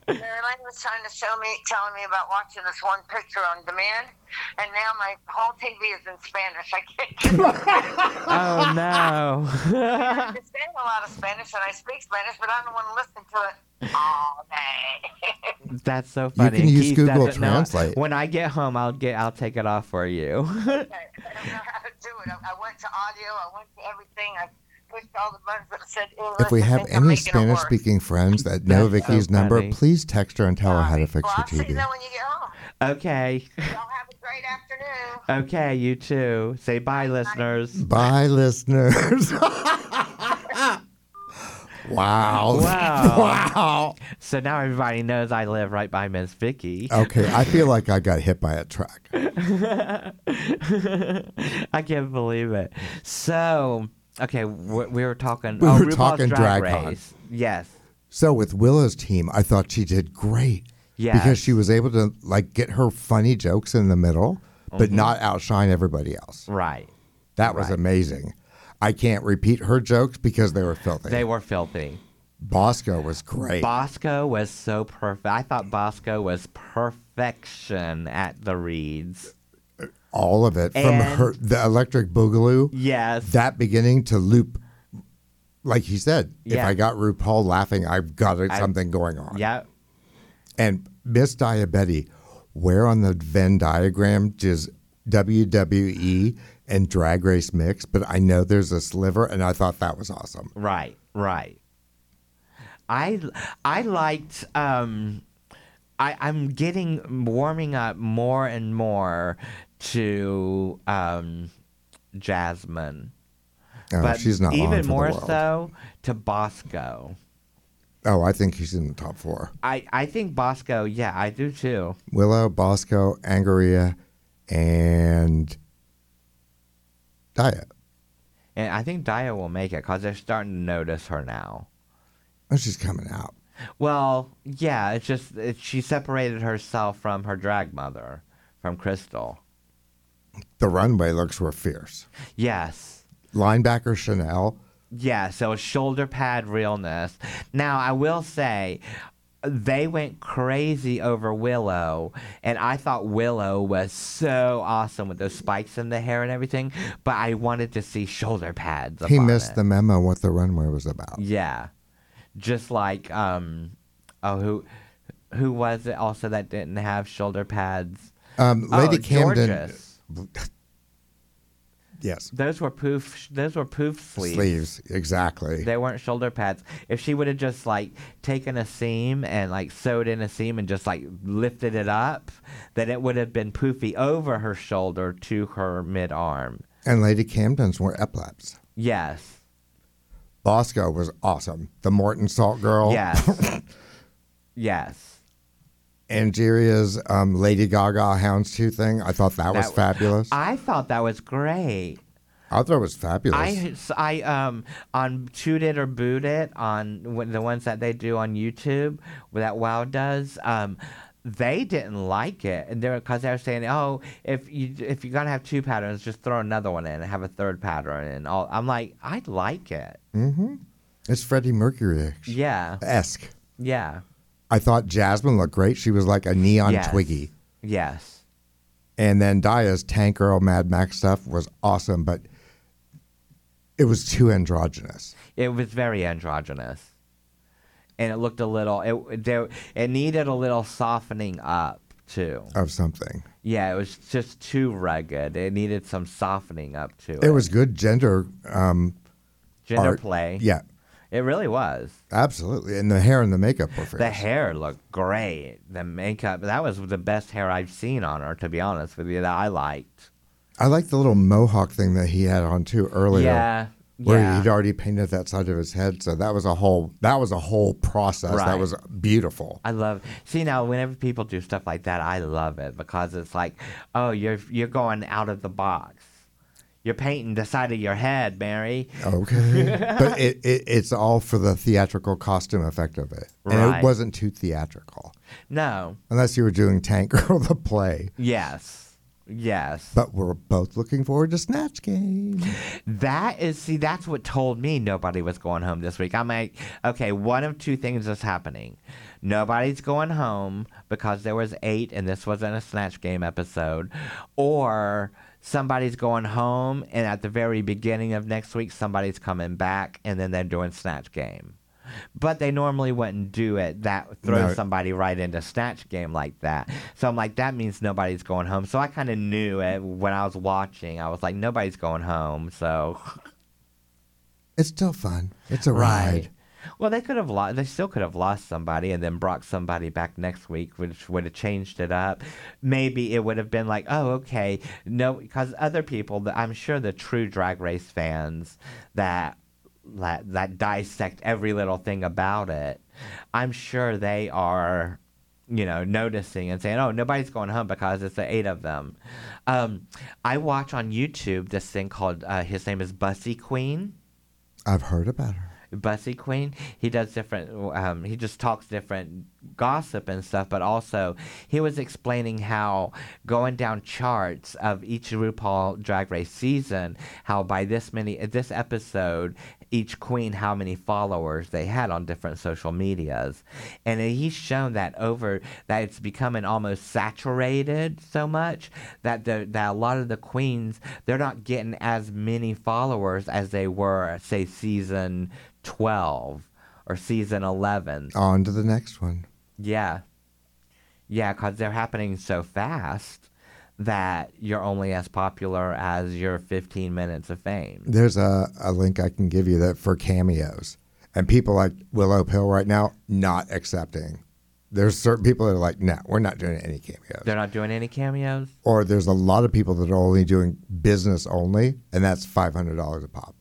Speaker 1: Marilyn was trying to show me, telling me about watching this one picture on demand, and now my whole TV is in Spanish. I can't get
Speaker 4: oh no.
Speaker 1: I understand a lot of Spanish, and I speak Spanish, but I don't want to listen to it all day.
Speaker 4: That's so funny.
Speaker 5: can use Google
Speaker 4: doesn't know-
Speaker 5: Translate.
Speaker 4: when I get home, I'll get I'll take it off for you.
Speaker 1: I don't know how to do it. I, I went to audio. I went to everything. I pushed all the buttons that said English.
Speaker 5: if we
Speaker 1: I
Speaker 5: have
Speaker 1: think I'm
Speaker 5: any
Speaker 1: making it work.
Speaker 5: Spanish speaking friends that know
Speaker 4: That's so
Speaker 5: Vicky's number,
Speaker 4: funny.
Speaker 5: please text her and tell her how to
Speaker 1: Sorry.
Speaker 5: fix
Speaker 1: well,
Speaker 5: your
Speaker 1: I'll see you
Speaker 5: TV.
Speaker 1: then when you get home.
Speaker 4: okay.
Speaker 1: Y'all have a great afternoon.
Speaker 4: Okay, you too. Say bye, listeners.
Speaker 5: Bye, listeners. wow.
Speaker 4: Wow.
Speaker 5: Wow.
Speaker 4: So now everybody knows I live right by Miss Vicky.
Speaker 5: Okay, I feel like I got hit by a truck.
Speaker 4: I can't believe it. So okay, we, we were talking.
Speaker 5: We
Speaker 4: oh,
Speaker 5: were
Speaker 4: RuPaul's
Speaker 5: talking
Speaker 4: Drag,
Speaker 5: Drag Con.
Speaker 4: Race. Yes.
Speaker 5: So with Willow's team, I thought she did great.
Speaker 4: Yes.
Speaker 5: Because she was able to like get her funny jokes in the middle, but not outshine everybody else.
Speaker 4: Right.
Speaker 5: That was
Speaker 4: Mm-hmm. Right.
Speaker 5: amazing. I can't repeat her jokes because they were filthy.
Speaker 4: They were filthy.
Speaker 5: Bosco was great.
Speaker 4: Bosco was so perfect. I thought Bosco was perfection at the reads.
Speaker 5: All of it from
Speaker 4: And-
Speaker 5: her the electric boogaloo,
Speaker 4: Yes.
Speaker 5: that beginning to loop. Like he said, if
Speaker 4: Yeah.
Speaker 5: I got RuPaul laughing, I've got
Speaker 4: I-
Speaker 5: something going on.
Speaker 4: yeah.
Speaker 5: And Miss Diabetti, where on the Venn diagram does WWE and Drag Race mix? But I know there's a sliver, and I thought that was awesome.
Speaker 4: Right, right. I I liked um I I'm getting warming up more and more to um Jasmine.
Speaker 5: Oh, she's not
Speaker 4: even
Speaker 5: on for
Speaker 4: more
Speaker 5: the world.
Speaker 4: so to Bosco.
Speaker 5: Oh, I think he's in the top four.
Speaker 4: I, I think Bosco, yeah, I do too.
Speaker 5: Willow, Bosco, Angaria, and Diet.
Speaker 4: And I think Dia will make it because they're starting to notice her now.
Speaker 5: Oh, she's coming out.
Speaker 4: Well, yeah, it's just it, she separated herself from her drag mother, from Crystal.
Speaker 5: The runway looks were fierce.
Speaker 4: Yes.
Speaker 5: Linebacker Chanel.
Speaker 4: Yeah, so shoulder pad realness. Now, I will say, they went crazy over Willow, and I thought Willow was so awesome with those spikes in the hair and everything, but I wanted to see shoulder pads.
Speaker 5: He
Speaker 4: upon
Speaker 5: missed
Speaker 4: it.
Speaker 5: the memo what the runway was about.
Speaker 4: Yeah. Just like, um, oh, who. Who was it also that didn't have shoulder pads?
Speaker 5: Um, Lady
Speaker 4: oh,
Speaker 5: Camden.
Speaker 4: Georges.
Speaker 5: Yes.
Speaker 4: Those were poof. Those were poof sleeves.
Speaker 5: Sleeves. Exactly.
Speaker 4: They weren't shoulder pads. If she would have just like taken a seam and like sewed in a seam and just like lifted it up, then it would have been poofy over her shoulder to her mid arm.
Speaker 5: and Lady Camden's were eplaps.
Speaker 4: Yes.
Speaker 5: Bosco was awesome. The Morton Salt Girl.
Speaker 4: Yes. yes.
Speaker 5: Angeria's um, Lady Gaga Houndstooth thing. I thought that, was
Speaker 4: That-
Speaker 5: fabulous. I,
Speaker 4: I thought that was great.
Speaker 5: thought it was fabulous.
Speaker 4: I, s- I um on shoot it or boot it on when- the ones that they do on YouTube that WoW does um they didn't like it and they're because they were saying oh if you if you're gonna have two patterns just throw another one in and have a third pattern and all I'm like I like it
Speaker 5: Mm-hmm. it's Freddie Mercury
Speaker 4: yeah
Speaker 5: esque.
Speaker 4: yeah
Speaker 5: I thought Jasmine looked great. She was like a neon
Speaker 4: Yes.
Speaker 5: Twiggy.
Speaker 4: yes
Speaker 5: And then Daya's Tank Girl Mad Max stuff was awesome, but it was too androgynous.
Speaker 4: it was very androgynous and it looked a little it there it needed a little softening up too
Speaker 5: of something.
Speaker 4: Yeah, it was just too rugged. It needed some softening up to it.
Speaker 5: It was good gender. Um,
Speaker 4: gender
Speaker 5: art.
Speaker 4: play.
Speaker 5: yeah,
Speaker 4: it really was.
Speaker 5: absolutely. And the hair and the makeup were
Speaker 4: The
Speaker 5: fierce.
Speaker 4: hair looked great. The makeup. That was the best hair I've seen on her. To be honest with you, that I liked.
Speaker 5: I like the little mohawk thing that he had on too earlier.
Speaker 4: Yeah.
Speaker 5: Where
Speaker 4: yeah.
Speaker 5: he'd already painted that side of his head, so that was a whole that was a whole process. That
Speaker 4: Right.
Speaker 5: was beautiful.
Speaker 4: I love. See now, whenever people do stuff like that, I love it because it's like, oh, you're you're going out of the box. You're painting the side of your head, Mary.
Speaker 5: Okay, but it, it it's all for the theatrical costume effect of it, and it
Speaker 4: Right.
Speaker 5: wasn't too theatrical
Speaker 4: No.
Speaker 5: unless you were doing Tank Girl the play.
Speaker 4: Yes. Yes.
Speaker 5: But we're both looking forward to Snatch Game.
Speaker 4: That is, see, that's what told me nobody was going home this week. I'm like, okay, one of two things is happening. Nobody's going home because there was eight and this wasn't a Snatch Game episode, or somebody's going home and at the very beginning of next week, somebody's coming back and then they're doing Snatch Game. But they normally wouldn't do it that throw
Speaker 5: No.
Speaker 4: somebody right into snatch game like that. So I'm like, that means nobody's going home. So I kind of knew it when I was watching. I was like, nobody's going home. So
Speaker 5: It's still fun. It's a ride.
Speaker 4: Well, they could have lost. They still could have lost somebody and then brought somebody back next week, which would have changed it up. Maybe it would have been like, oh, okay, no, because other people, the- I'm sure the true Drag Race fans that that that dissect every little thing about it, I'm sure they are, you know, noticing and saying, oh, nobody's going home because it's the eight of them. Um, I watch on YouTube this thing called uh, his name is Bussy Queen.
Speaker 5: I've heard about her.
Speaker 4: Bussy Queen. He does different. Um, he just talks different gossip and stuff. But also, he was explaining how going down charts of each RuPaul Drag Race season, how by this many this episode, each queen how many followers they had on different social medias, and he's shown that over that it's becoming almost saturated so much that the that a lot of the queens they're not getting as many followers as they were say season 12 or season 11
Speaker 5: On to the next one.
Speaker 4: yeah yeah because they're happening so fast that you're only as popular as your 15 minutes of fame
Speaker 5: There's a, a link I can give you that for cameos. And people like Willow Pill right now not accepting. There's certain people that are like, no, we're not doing any cameos.
Speaker 4: they're not doing any cameos
Speaker 5: or there's a lot of people that are only doing business only, and that's five hundred dollars a pop.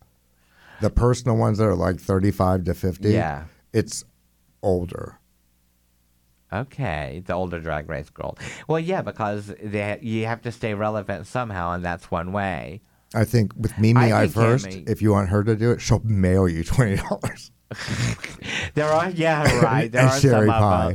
Speaker 5: The personal ones that are like thirty five to fifty.
Speaker 4: Yeah.
Speaker 5: It's older.
Speaker 4: Okay, the older drag race girl. Well, yeah, because they, you have to stay relevant somehow, and that's one way.
Speaker 5: I think with Mimi
Speaker 4: I
Speaker 5: I,
Speaker 4: think Amy-
Speaker 5: first, if you want her to do it, she'll mail you twenty dollars.
Speaker 4: There are, yeah, right. There
Speaker 5: And
Speaker 4: are
Speaker 5: sherry
Speaker 4: some of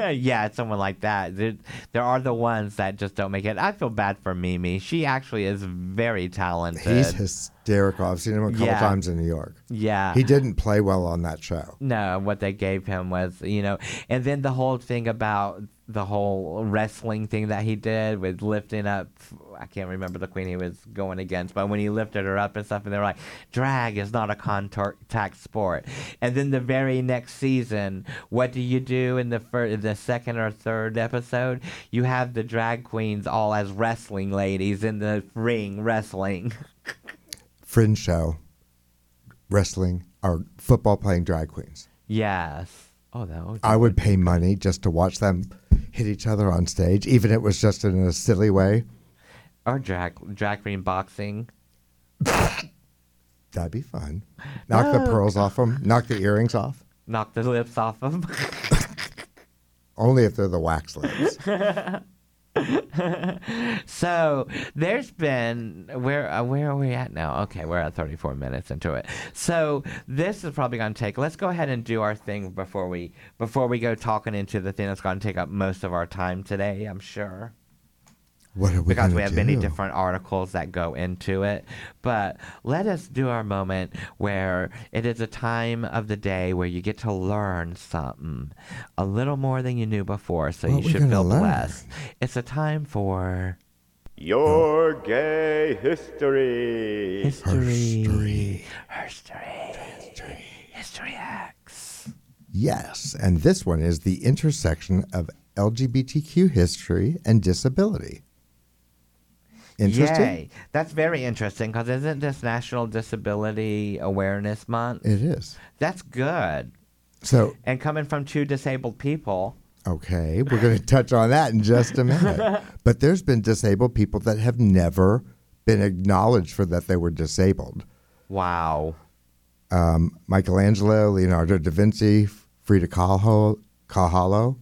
Speaker 4: 'em. yeah, someone like that. There, there are the ones that just don't make it. I feel bad for Mimi. She actually is very talented.
Speaker 5: He's hysterical. I've seen him a couple
Speaker 4: Yeah. Uh-huh.
Speaker 5: times in New York.
Speaker 4: yeah.
Speaker 5: He didn't play well on that show.
Speaker 4: No, what they gave him was, you know, and then the whole thing about the whole wrestling thing that he did with lifting up, I can't remember the queen he was going against, but when he lifted her up and stuff, and they're like, drag is not a contact sport. And then the very next season, what do you do in the first, the second or third episode? You have the drag queens all as wrestling ladies in the ring wrestling.
Speaker 5: Fringe show, wrestling, or football playing drag queens.
Speaker 4: yes. Oh, that was.
Speaker 5: I would pay money just to watch them hit each other on stage, even if it was just in a silly way.
Speaker 4: Or drag, drag queen boxing.
Speaker 5: That'd be fun. Knock
Speaker 4: Oh,
Speaker 5: the pearls off them. Knock the earrings off.
Speaker 4: knock the lips off them.
Speaker 5: Only if they're the wax lips.
Speaker 4: so there's been where uh, where are we at now? Okay, we're at 34 minutes into it. So this is probably going to take. Let's go ahead and do our thing before we before we go talking into the thing that's going to take up most of our time today. I'm sure
Speaker 5: What are we
Speaker 4: because
Speaker 5: gonna
Speaker 4: we have
Speaker 5: do?
Speaker 4: many different articles that go into it. But let us do our moment where it is a time of the day where you get to learn something a little more than you knew before, so
Speaker 5: What
Speaker 4: you
Speaker 5: we
Speaker 4: should
Speaker 5: gonna
Speaker 4: feel
Speaker 5: learn?
Speaker 4: blessed. It's a time for
Speaker 2: Your gay history.
Speaker 4: history.
Speaker 5: Herstory.
Speaker 4: History. History. History X.
Speaker 5: Yes, and this one is the intersection of LGBTQ history and disability. Interesting.
Speaker 4: Yay. That's very interesting because isn't this National Disability Awareness Month?
Speaker 5: It is.
Speaker 4: That's good.
Speaker 5: So,
Speaker 4: And coming from two disabled people.
Speaker 5: okay, we're going to touch on that in just a minute. but there's been disabled people that have never been acknowledged for that they were disabled.
Speaker 4: Wow.
Speaker 5: Michelangelo, Leonardo da Vinci, Frida Kahlo. Kahlo.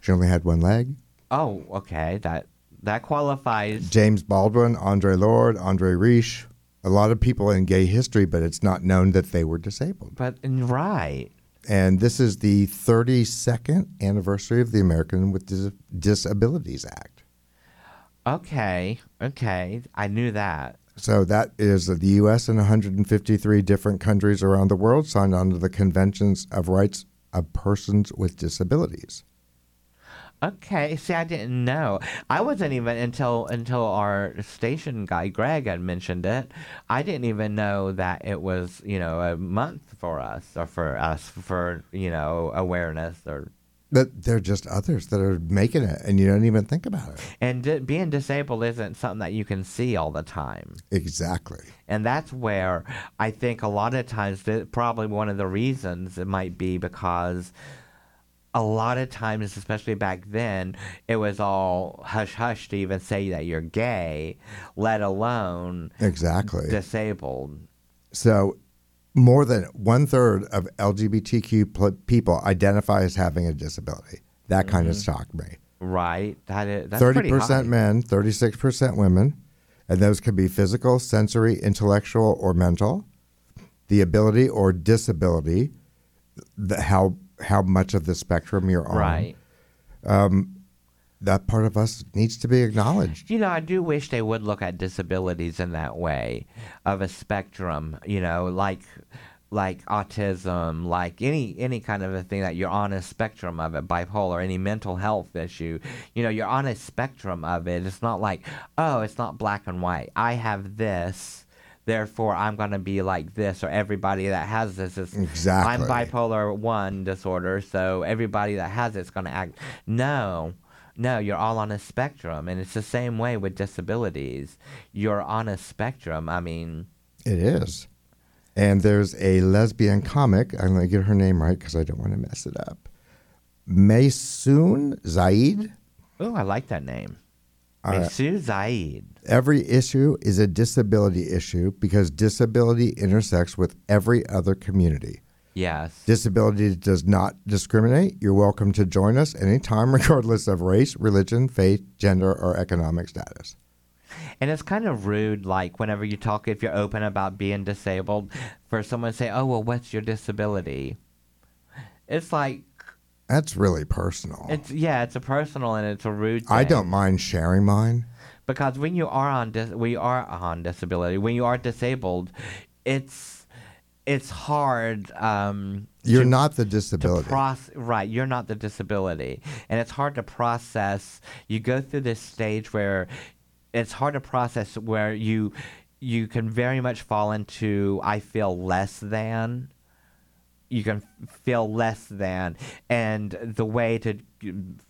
Speaker 5: She only had one leg.
Speaker 4: Oh, okay. That that qualifies.
Speaker 5: James Baldwin, Andre Lord, Andre Riche, a lot of people in gay history, but it's not known that they were disabled.
Speaker 4: But right.
Speaker 5: And this is the 32nd anniversary of the American with Dis- Disabilities Act.
Speaker 4: Okay. Okay. I knew that.
Speaker 5: So that is that the U.S. and 153 different countries around the world signed on to the Conventions of Rights of Persons with Disabilities.
Speaker 4: Okay. See, I didn't know. I wasn't even until until our station guy Greg had mentioned it. I didn't even know that it was you know a month for us or for us for you know awareness or
Speaker 5: But there are just others that are making it, and you don't even think about it.
Speaker 4: and di- being disabled isn't something that you can see all the time.
Speaker 5: Exactly.
Speaker 4: And that's where I think a lot of times, that probably one of the reasons it might be because a lot of times, especially back then, it was all hush hush to even say that you're gay, let alone
Speaker 5: Exactly.
Speaker 4: disabled.
Speaker 5: So, more than one third of LGBTQ pl- people identify as having a disability. That kind of shocked me.
Speaker 4: Right? That is, Mm-hmm. that's
Speaker 5: Thirty
Speaker 4: pretty high.
Speaker 5: percent men, thirty-six percent women, and those can be physical, sensory, intellectual, or mental. The ability or disability, the, how how much of the spectrum you're on.
Speaker 4: Right.
Speaker 5: That part of us needs to be acknowledged.
Speaker 4: You know, I do wish they would look at disabilities in that way of a spectrum, you know, like like autism, like any any kind of a thing that you're on a spectrum of it, bipolar, any mental health issue. You know, you're on a spectrum of it. It's not like, oh, it's not black and white. I have this, therefore I'm gonna be like this, or everybody that has this is
Speaker 5: Exactly.
Speaker 4: I'm bipolar one disorder, so everybody that has it's gonna act. No, no, you're all on a spectrum, and it's the same way with disabilities. You're on a spectrum. I mean,
Speaker 5: It is. And there's a lesbian comic. I'm going to get her name right because I don't want to mess it up. Maysoon Zaid.
Speaker 4: oh, I like that name.
Speaker 5: All right.
Speaker 4: Sue Zaid.
Speaker 5: Every issue is a disability issue because disability intersects with every other community.
Speaker 4: Yes.
Speaker 5: Disability does not discriminate. You're welcome to join us anytime, regardless of race, religion, faith, gender, or economic status.
Speaker 4: And it's kind of rude, like whenever you talk, if you're open about being disabled, for someone to say, "Oh, well, what's your disability?" It's like
Speaker 5: That's really personal.
Speaker 4: it's yeah, it's a personal and it's a rude.
Speaker 5: I
Speaker 4: thing.
Speaker 5: don't mind sharing mine.
Speaker 4: because when you are on dis- we are on disability when you are disabled it's it's hard um
Speaker 5: You're
Speaker 4: to,
Speaker 5: not the
Speaker 4: to
Speaker 5: disability.
Speaker 4: process right you're not the disability and it's hard to process you go through this stage where it's hard to process where you you can very much fall into i feel less than you can feel less than and the way to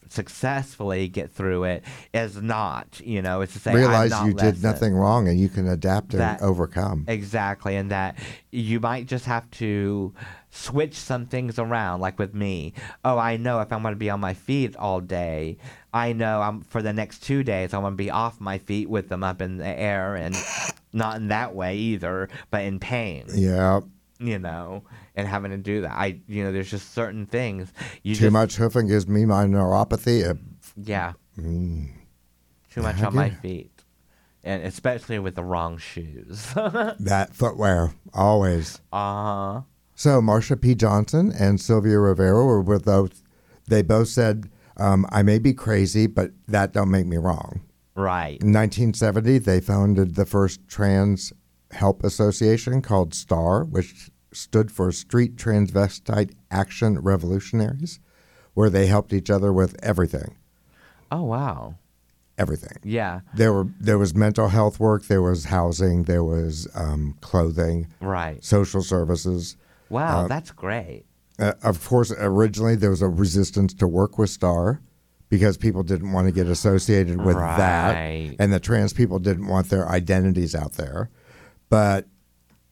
Speaker 4: successfully get through it is not you know it's to say
Speaker 5: Realize
Speaker 4: I'm not
Speaker 5: you
Speaker 4: less
Speaker 5: did
Speaker 4: than.
Speaker 5: nothing wrong and you can adapt and
Speaker 4: That-
Speaker 5: overcome.
Speaker 4: exactly and that you might just have to switch some things around like with me oh i know if i'm going to be on my feet all day i know i'm for the next two days i'm going to be off my feet with them up in the air and not in that way either but in pain
Speaker 5: Yeah.
Speaker 4: you know, and having to do that. I, you know, there's just certain things you
Speaker 5: Too
Speaker 4: just,
Speaker 5: much hoofing gives me my neuropathy. Uh,
Speaker 4: yeah,
Speaker 5: mm.
Speaker 4: too much
Speaker 5: I
Speaker 4: on my
Speaker 5: get it.
Speaker 4: feet, and especially with the wrong shoes. Uh-huh.
Speaker 5: That footwear, always.
Speaker 4: uh
Speaker 5: So Marsha P. Johnson and Sylvia Rivera were with those. They both said, um, "I may be crazy, but that don't make me wrong."
Speaker 4: right.
Speaker 5: In 1970, they founded the first trans help association called STAR, which stood for Street Transvestite Action Revolutionaries, where they helped each other with everything,
Speaker 4: Oh wow.
Speaker 5: everything.
Speaker 4: Yeah.
Speaker 5: There were there was mental health work, there was housing, there was um, clothing,
Speaker 4: Right.
Speaker 5: social services.
Speaker 4: Wow, that's great.
Speaker 5: Uh, of course, originally there was a resistance to work with Star because people didn't want to get associated with
Speaker 4: Right.
Speaker 5: that, and the trans people didn't want their identities out there. But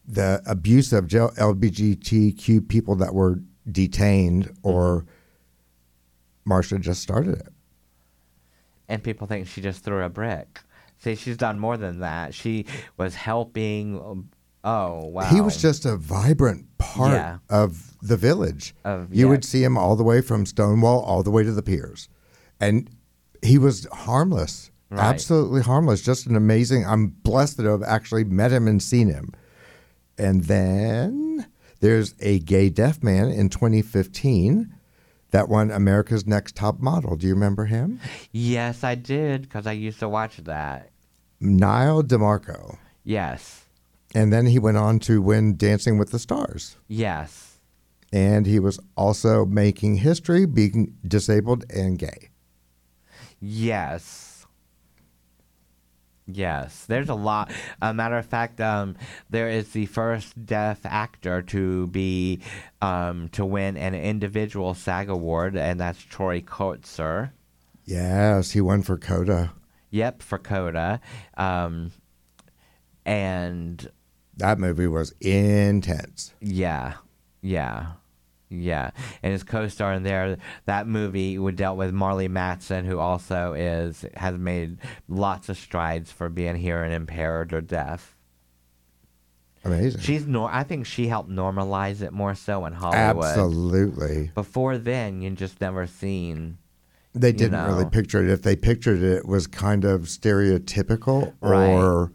Speaker 5: the abuse of J- LGBTQ people that were detained, or Marsha just started it.
Speaker 4: and people think she just threw a brick. See, she's done more than that. She was helping. Oh wow.
Speaker 5: He was just a vibrant part
Speaker 4: Yeah.
Speaker 5: of the village.
Speaker 4: Of-
Speaker 5: you
Speaker 4: yeah.
Speaker 5: would see him all the way from Stonewall all the way to the piers. And he was harmless,
Speaker 4: Right.
Speaker 5: absolutely harmless. Just an amazing. I'm blessed to have actually met him and seen him. And then there's a gay deaf man in 2015 that won America's Next Top Model. Do you remember him?
Speaker 4: Yes, I did because I used to watch that.
Speaker 5: Niall DeMarco.
Speaker 4: Yes.
Speaker 5: And then he went on to win Dancing with the Stars.
Speaker 4: Yes.
Speaker 5: and he was also making history being disabled and gay.
Speaker 4: Yes. Yes. There's a lot. A matter of fact, um, there is the first deaf actor to be um, to win an individual SAG award, and that's Troy Kotsur.
Speaker 5: Yes, he won for Coda.
Speaker 4: Yep, for Coda. Um, and
Speaker 5: That movie was intense.
Speaker 4: yeah, yeah. Yeah, and his co-star in there, that movie, we dealt with Marley Matson, who also is has made lots of strides for being hearing impaired or deaf.
Speaker 5: Amazing.
Speaker 4: She's nor. I think she helped normalize it more so in Hollywood.
Speaker 5: Absolutely.
Speaker 4: Before then, you just never seen.
Speaker 5: They didn't
Speaker 4: know.
Speaker 5: really picture it. If they pictured it, it was kind of stereotypical
Speaker 4: Right.
Speaker 5: or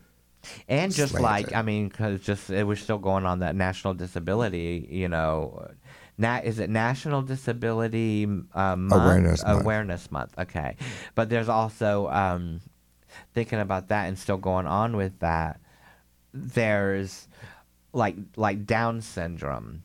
Speaker 4: And just like
Speaker 5: Slanted.
Speaker 4: I mean, because just it was still going on that national disability. You know, na- is it National Disability uh, month?
Speaker 5: Awareness Month.
Speaker 4: Awareness Month. Okay, but there's also um, thinking about that and still going on with that. There's like like Down syndrome.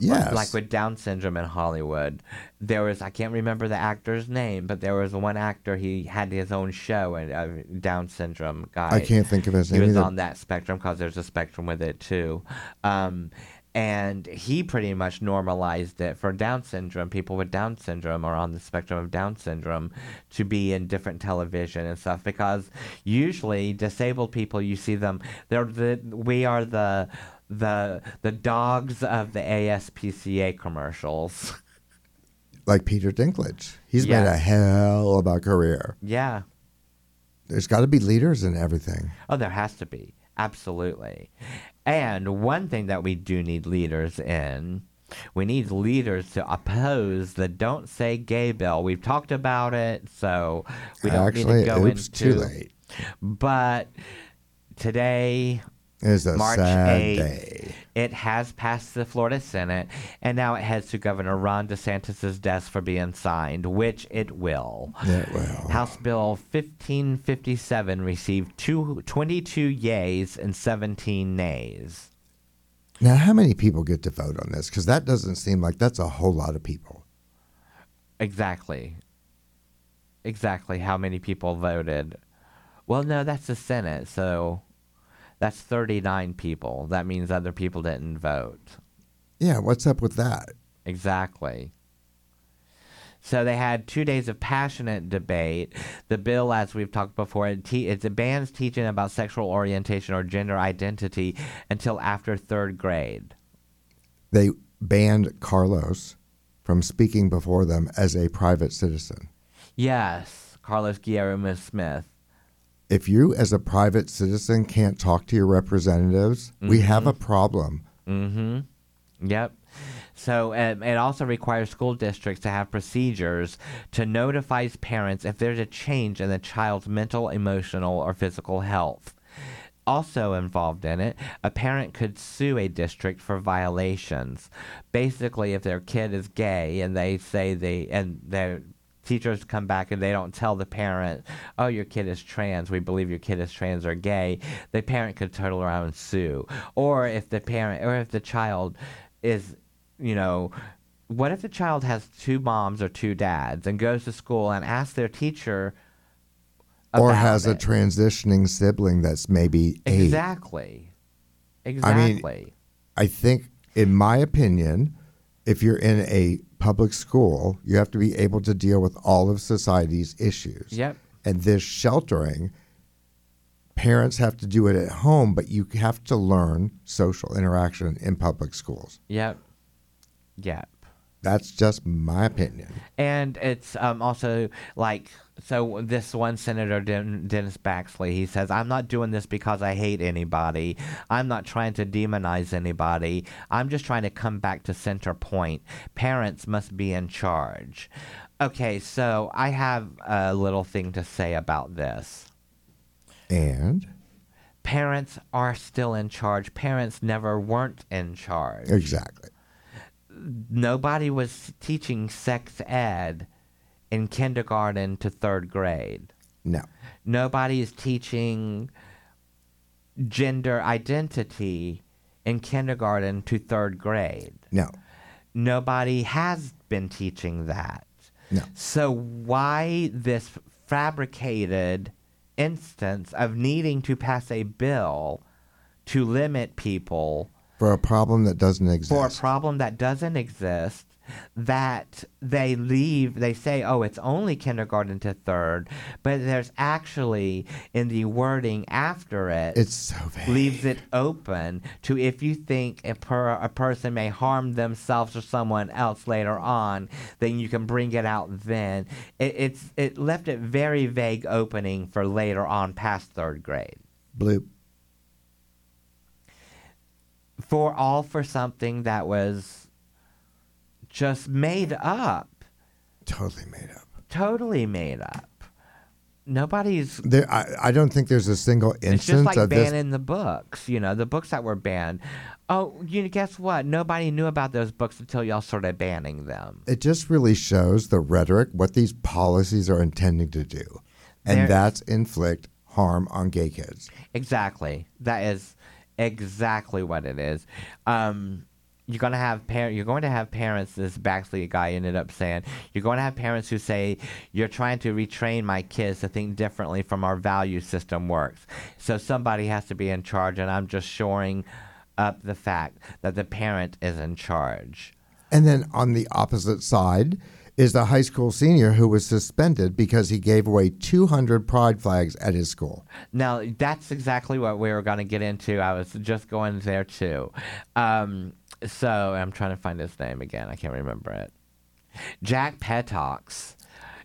Speaker 5: yes.
Speaker 4: Like with Down syndrome in Hollywood, there was I can't remember the actor's name, but there was one actor he had his own show and uh, Down syndrome guy.
Speaker 5: I can't think of his
Speaker 4: He
Speaker 5: name
Speaker 4: was
Speaker 5: either.
Speaker 4: on that spectrum because there's a spectrum with it too, um, and he pretty much normalized it for Down syndrome. People with Down syndrome or on the spectrum of Down syndrome to be in different television and stuff because usually disabled people you see them they're the we are the the the dogs of the ASPCA commercials.
Speaker 5: like Peter Dinklage. He's made
Speaker 4: Yeah.
Speaker 5: a hell of a career.
Speaker 4: yeah.
Speaker 5: There's got to be leaders in everything.
Speaker 4: Oh, there has to be. Absolutely. And one thing that we do need leaders in, we need leaders to oppose the "Don't Say Gay" bill. We've talked about it, so we don't
Speaker 5: Actually,
Speaker 4: need to go
Speaker 5: oops,
Speaker 4: into.
Speaker 5: too late.
Speaker 4: But today,
Speaker 5: It's a
Speaker 4: March
Speaker 5: sad
Speaker 4: 8th.
Speaker 5: day.
Speaker 4: It has passed the Florida Senate, and now it heads to Governor Ron DeSantis' desk for being signed, which it will.
Speaker 5: Yeah, well,
Speaker 4: House Bill 1557 received two, 22 yays and 17 nays.
Speaker 5: now how many people get to vote on this? Because that doesn't seem like that's a whole lot of people.
Speaker 4: Exactly. Exactly how many people voted. Well, no, that's the Senate, so that's 39 people. That means other people didn't vote.
Speaker 5: Yeah, what's up with that?
Speaker 4: Exactly. So they had two days of passionate debate. The bill, as we've talked before, it, te- it bans teaching about sexual orientation or gender identity until after third grade.
Speaker 5: They banned Carlos from speaking before them as a private citizen.
Speaker 4: Yes, Carlos Guillermo Smith.
Speaker 5: If you, as a private citizen, can't talk to your representatives, we have a problem.
Speaker 4: Mm-hmm. Yep. So um, it also requires school districts to have procedures to notify parents if there's a change in the child's mental, emotional, or physical health. Also involved in it, a parent could sue a district for violations. Basically, if their kid is gay and they say they and their teachers come back and they don't tell the parent, "Oh, your kid is trans. We believe your kid is trans or gay." The parent could turtle around and sue. Or if the parent or if the child is, you know, what if the child has two moms or two dads and goes to school and asks their teacher
Speaker 5: Or
Speaker 4: about
Speaker 5: has a
Speaker 4: it?
Speaker 5: transitioning sibling that's maybe eight.
Speaker 4: Exactly. Exactly.
Speaker 5: I think, in my opinion, if you're in a public school, you have to be able to deal with all of society's issues.
Speaker 4: Yep.
Speaker 5: And this sheltering, parents have to do it at home, but you have to learn social interaction in public schools.
Speaker 4: Yep. Yep.
Speaker 5: That's just my opinion.
Speaker 4: And it's um, also like so. This one senator, Den- Dennis Baxley, he says, "I'm not doing this because I hate anybody. I'm not trying to demonize anybody. I'm just trying to come back to center point. Parents must be in charge." Okay, so I have a little thing to say about this.
Speaker 5: And
Speaker 4: Parents are still in charge. Parents never weren't in charge.
Speaker 5: exactly.
Speaker 4: nobody was teaching sex ed in kindergarten to third grade.
Speaker 5: No.
Speaker 4: Nobody is teaching gender identity in kindergarten to third grade.
Speaker 5: No.
Speaker 4: Nobody has been teaching that.
Speaker 5: No.
Speaker 4: So why this fabricated instance of needing to pass a bill to limit people
Speaker 5: For a problem that doesn't exist.
Speaker 4: for a problem that doesn't exist that they leave they say oh it's only kindergarten to third but there's actually in the wording after it
Speaker 5: it's so vague.
Speaker 4: leaves it open to if you think a, per, a person may harm themselves or someone else later on then you can bring it out then it, it's it left it very vague opening for later on past third grade
Speaker 5: Bloop.
Speaker 4: for all for something that was just made up,
Speaker 5: Totally made up.
Speaker 4: totally made up. Nobody's.
Speaker 5: There, I, I don't think there's a single instance
Speaker 4: It's just like
Speaker 5: of this
Speaker 4: banning the books, you know, the books that were banned. Oh, you guess what? Nobody knew about those books until y'all started banning them.
Speaker 5: it just really shows the rhetoric what these policies are intending to do and
Speaker 4: There-
Speaker 5: that's inflict harm on gay kids
Speaker 4: Exactly. That is exactly what it is. Um, you're gonna have par- You're going to have parents. This Baxley guy ended up saying you're going to have parents who say you're trying to retrain my kids to think differently from our value system works. So somebody has to be in charge, and I'm just shoring up the fact that the parent is in charge.
Speaker 5: and then on the opposite side is the high school senior who was suspended because he gave away 200 pride flags at his school
Speaker 4: Now, that's exactly what we were going to get into. I was just going there too. Um, so I'm trying to find his name again. I can't remember it. Jack Petox.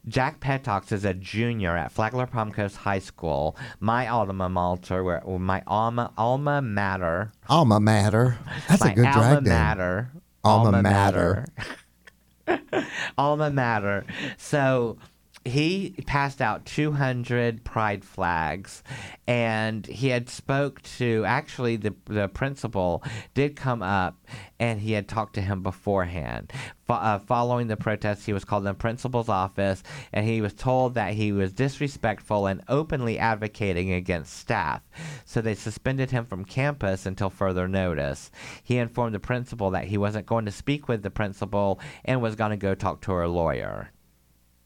Speaker 4: Jack Petox is a junior at Flagler Palm Coast High School, my alma mater, where, or my alma alma mater,
Speaker 5: Alma Mater. That's
Speaker 4: my
Speaker 5: a good
Speaker 4: alma
Speaker 5: drag name.
Speaker 4: mater,
Speaker 5: Alma mater.
Speaker 4: mater. alma mater. So he passed out 200 pride flags and he had spoke to actually the, the principal did come up and he had talked to him beforehand Fo- uh, following the protest he was called in the principal's office and he was told that he was disrespectful and openly advocating against staff so they suspended him from campus until further notice he informed the principal that he wasn't going to speak with the principal and was going to go talk to her lawyer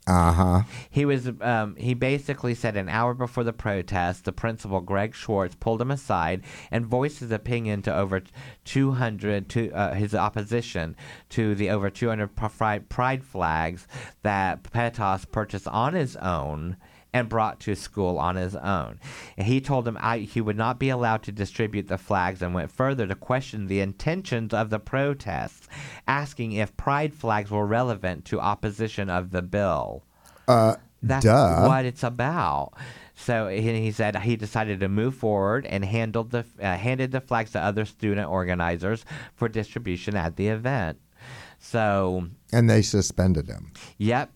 Speaker 5: Uh huh.
Speaker 4: he was um, he basically said an hour before the protest, the principal Greg Schwartz pulled him aside and voiced his opinion to over 200 to uh, his opposition to the over 200 pr- fri- pride flags that Petos purchased on his own and brought to school on his own. And he told him I, he would not be allowed to distribute the flags and went further to question the intentions of the protests, asking if pride flags were relevant to opposition of the bill.
Speaker 5: Uh,
Speaker 4: That's
Speaker 5: Duh.
Speaker 4: what it's about. So he, he said he decided to move forward and handled the uh, handed the flags to other student organizers for distribution at the event. So,
Speaker 5: and they suspended him
Speaker 4: yep,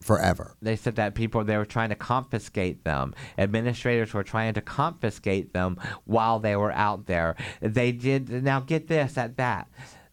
Speaker 5: forever.
Speaker 4: they said that people they were trying to confiscate them. Administrators were trying to confiscate them while they were out there. They did now get this at that.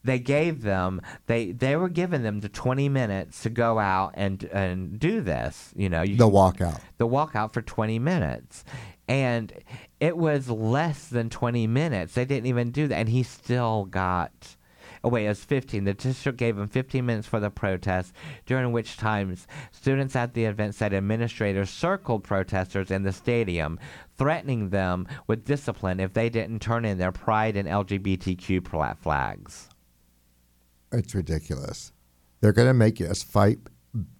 Speaker 4: They gave them they they were giving them the 20 minutes to go out and and do this, you know. You
Speaker 5: The walkout.
Speaker 4: the walkout for 20 minutes. And it was less than 20 minutes. They didn't even do that. And he still got. Oh, wait, it was 15. The district gave him 15 minutes for the protest, during which times students at the event said administrators circled protesters in the stadium, threatening them with discipline if they didn't turn in their pride and LGBTQ pla- flags.
Speaker 5: It's ridiculous. They're going to make us fight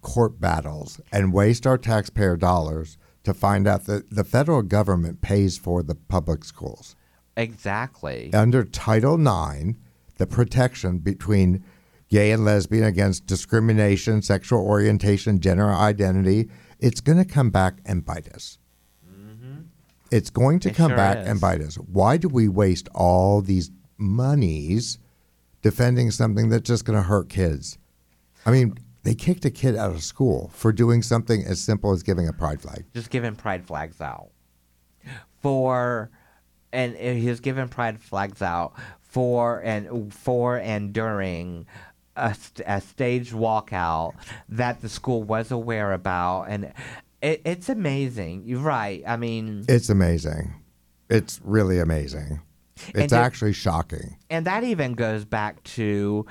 Speaker 5: court battles and waste our taxpayer dollars to find out that the federal government pays for the public schools.
Speaker 4: Exactly.
Speaker 5: under Title IX, the protection between gay and lesbian against discrimination, sexual orientation, gender identity, it's going to come back and bite us. It's going to
Speaker 4: Mm-hmm. It
Speaker 5: come
Speaker 4: sure
Speaker 5: back
Speaker 4: is.
Speaker 5: and bite us. Why do we waste all these monies defending something that's just going to hurt kids? I mean, they kicked a kid out of school for doing something as simple as giving a pride flag.
Speaker 4: just giving pride flags out for and and he was giving pride flags out for and for and during a, st- a stage walkout that the school was aware about and it, it's amazing you're right i mean
Speaker 5: It's amazing. It's really amazing.
Speaker 4: it-
Speaker 5: It's actually shocking.
Speaker 4: and that even goes back to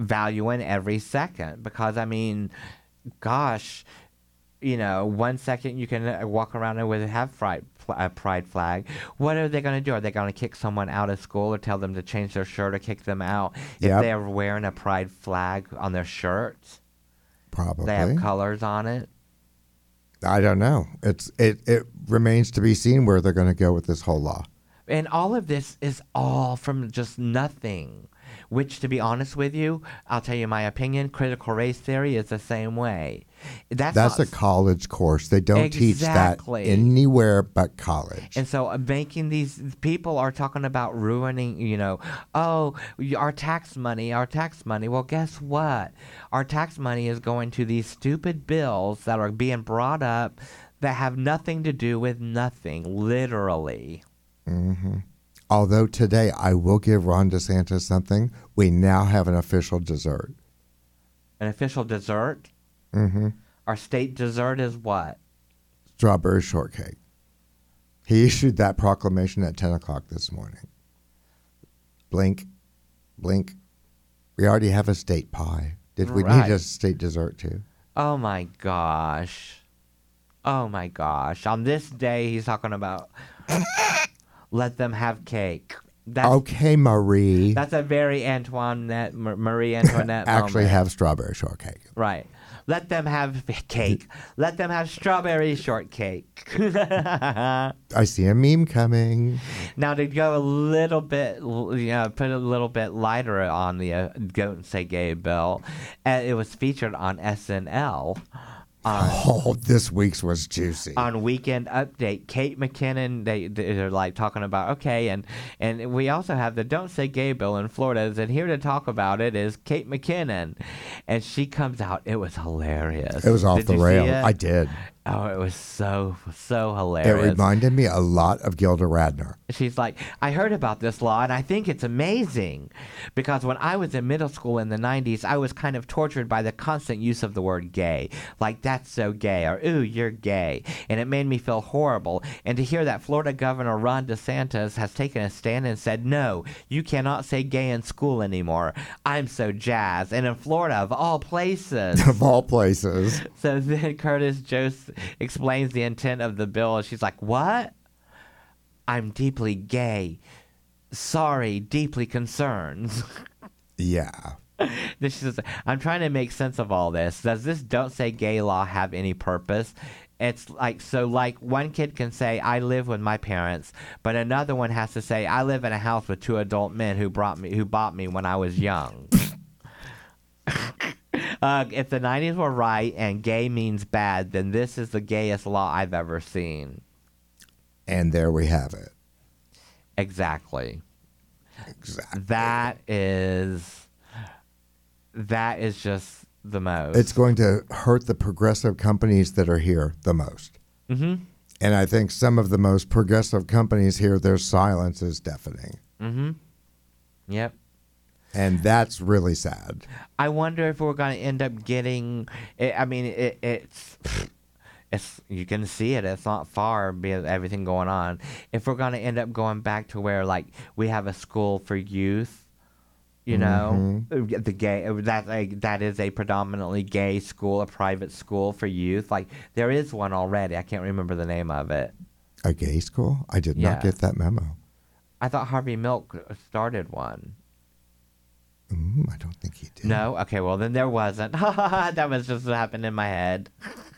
Speaker 4: valuing every second because I mean, gosh, you know, one second you can uh, walk around and with have pride a pride flag. What are they going to do? Are they going to kick someone out of school or tell them to change their shirt or kick them out
Speaker 5: Yep.
Speaker 4: if they're wearing a pride flag on their shirts?
Speaker 5: Probably.
Speaker 4: They have colors on it.
Speaker 5: I don't know. It's it it remains to be seen where they're going to go with this whole law.
Speaker 4: And all of this is all from just nothing. Which, to be honest with you, I'll tell you my opinion. Critical race theory is the same way. That's,
Speaker 5: That's a
Speaker 4: not,
Speaker 5: college course. They don't
Speaker 4: Exactly.
Speaker 5: teach that anywhere but college.
Speaker 4: And so, uh, making these people are talking about ruining. You know, oh, y- our tax money, our tax money. Well, guess what? Our tax money is going to these stupid bills that are being brought up that have nothing to do with nothing, literally.
Speaker 5: Mm-hmm. Although today I will give Ron DeSantis something. We now have an official dessert.
Speaker 4: An official dessert.
Speaker 5: hmm
Speaker 4: Our state dessert is what?
Speaker 5: Strawberry shortcake. He issued that proclamation at ten o'clock this morning. Blink, blink. We already have a state pie. Did we
Speaker 4: Right.
Speaker 5: need a state dessert too?
Speaker 4: Oh my gosh. Oh my gosh. On this day, he's talking about let them have cake. That's,
Speaker 5: okay, Marie.
Speaker 4: that's Oh, a very Antoinette, Mar- Marie Antoinette
Speaker 5: Actually,
Speaker 4: moment.
Speaker 5: have strawberry shortcake.
Speaker 4: Right. Let them have cake. Let them have strawberry shortcake.
Speaker 5: I see a meme coming.
Speaker 4: Now to go a little bit, l- you know, put a little bit lighter on the uh, "Don't Say Gay" bill, uh, it was featured on SNL
Speaker 5: oh, this week's was juicy.
Speaker 4: on Weekend Update, Kate McKinnon, they they're like talking about okay, and and we also have the Don't Say Gay bill in Florida, and here to talk about it is Kate McKinnon, and she comes out. It was hilarious.
Speaker 5: it was off
Speaker 4: Did
Speaker 5: the
Speaker 4: you see
Speaker 5: rail.
Speaker 4: it?
Speaker 5: I did.
Speaker 4: Oh, it was so so
Speaker 5: It
Speaker 4: hilarious.
Speaker 5: reminded me a lot of Gilda Radner.
Speaker 4: She's like, I heard about this law and I think it's amazing. Because when I was in middle school in the 90s, I was kind of tortured by the constant use of the word gay. Like, that's so gay, or ooh, you're gay. And it made me feel horrible. And to hear that Florida Governor Ron DeSantis has taken a stand and said, no, you cannot say gay in school anymore. I'm so jazzed. And in Florida, of all places.
Speaker 5: Of all places,
Speaker 4: So then Curtis Jost explains the intent of the bill, and she's like, "What? I'm deeply gay. Sorry, deeply concerned."
Speaker 5: yeah.
Speaker 4: then she says, "I'm trying to make sense of all this. Does this don't say gay law have any purpose?" It's like so like one kid can say I live with my parents, but another one has to say I live in a house with two adult men who brought me who bought me when I was young. Uh, if the 90s were right and gay means bad, then this is the gayest law I've ever seen.
Speaker 5: And there we have it.
Speaker 4: Exactly.
Speaker 5: Exactly.
Speaker 4: That is that is just the most.
Speaker 5: It's going to hurt the progressive companies that are here the most.
Speaker 4: Mhm.
Speaker 5: And I think some of the most progressive companies here, their silence is deafening.
Speaker 4: Mhm. Yep.
Speaker 5: And that's really sad.
Speaker 4: I wonder if we're going to end up getting. eh, i I mean, it, it's. It's you can see it. It's not far with everything going on. If we're going to end up going back to where like we have a school for youth, you know, the gay that like, that is a predominantly gay school, a private school for youth. Like there is one already. I can't remember the name of it.
Speaker 5: A gay school? I did
Speaker 4: Yeah.
Speaker 5: not get that memo.
Speaker 4: I thought Harvey Milk uh, started one.
Speaker 5: Mm, I don't think he did.
Speaker 4: No, okay, well then there wasn't. that was just what happened in my head.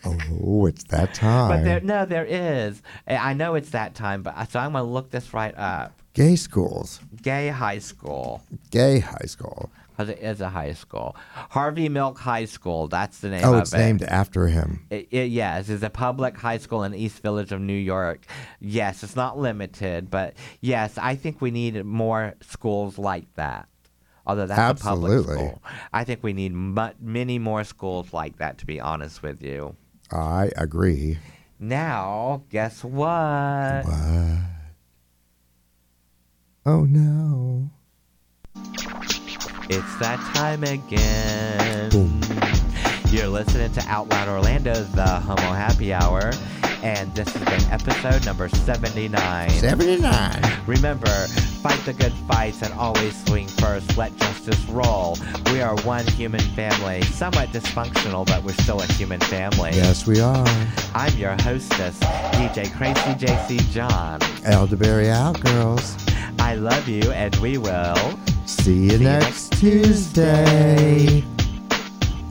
Speaker 5: Oh, it's that time.
Speaker 4: But there, no, there is. I I know it's that time, but I- so I'm gonna look this right up.
Speaker 5: gay schools,
Speaker 4: Gay high school,
Speaker 5: gay high school.
Speaker 4: because it is a high school. Harvey Milk High School. That's the name.
Speaker 5: Oh,
Speaker 4: of
Speaker 5: it's
Speaker 4: it.
Speaker 5: named after him.
Speaker 4: It, it, yes, it's a public high school in East Village of New York. Yes, it's not limited, but yes, I think we need more schools like that. Although that's a public
Speaker 5: Absolutely.
Speaker 4: school, I think we need mu- many more schools like that. To be honest with you,
Speaker 5: I agree.
Speaker 4: now guess what?
Speaker 5: What? Oh no.
Speaker 4: It's that time again.
Speaker 5: Boom.
Speaker 4: You're listening to Out Loud Orlando, the Homo Happy Hour, and this has been episode number 79.
Speaker 5: 79.
Speaker 4: Remember, fight the good fights and always swing first. Let justice roll. We are one human family, somewhat dysfunctional, but we're still a human family.
Speaker 5: Yes, we are.
Speaker 4: I'm your hostess, DJ Crazy JC John.
Speaker 5: Elderberry out, girls.
Speaker 4: I love you, and we will.
Speaker 5: See you
Speaker 4: See you
Speaker 5: next
Speaker 4: next
Speaker 5: Tuesday.
Speaker 4: Tuesday.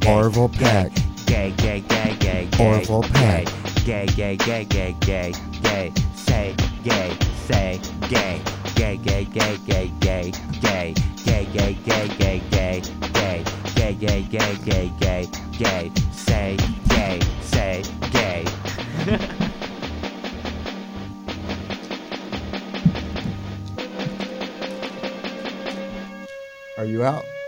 Speaker 5: Orville Peck.
Speaker 4: gay, gay, gay, gay, gay.
Speaker 5: Orville Peck.
Speaker 4: Gay, gay, gay, gay, gay, gay. Say gay, say gay. Gay, gay, gay, gay, gay, gay. Gay, gay, gay, gay, gay, gay. Gay, gay, gay, gay, gay, gay. Say gay, say gay.
Speaker 5: Are you out?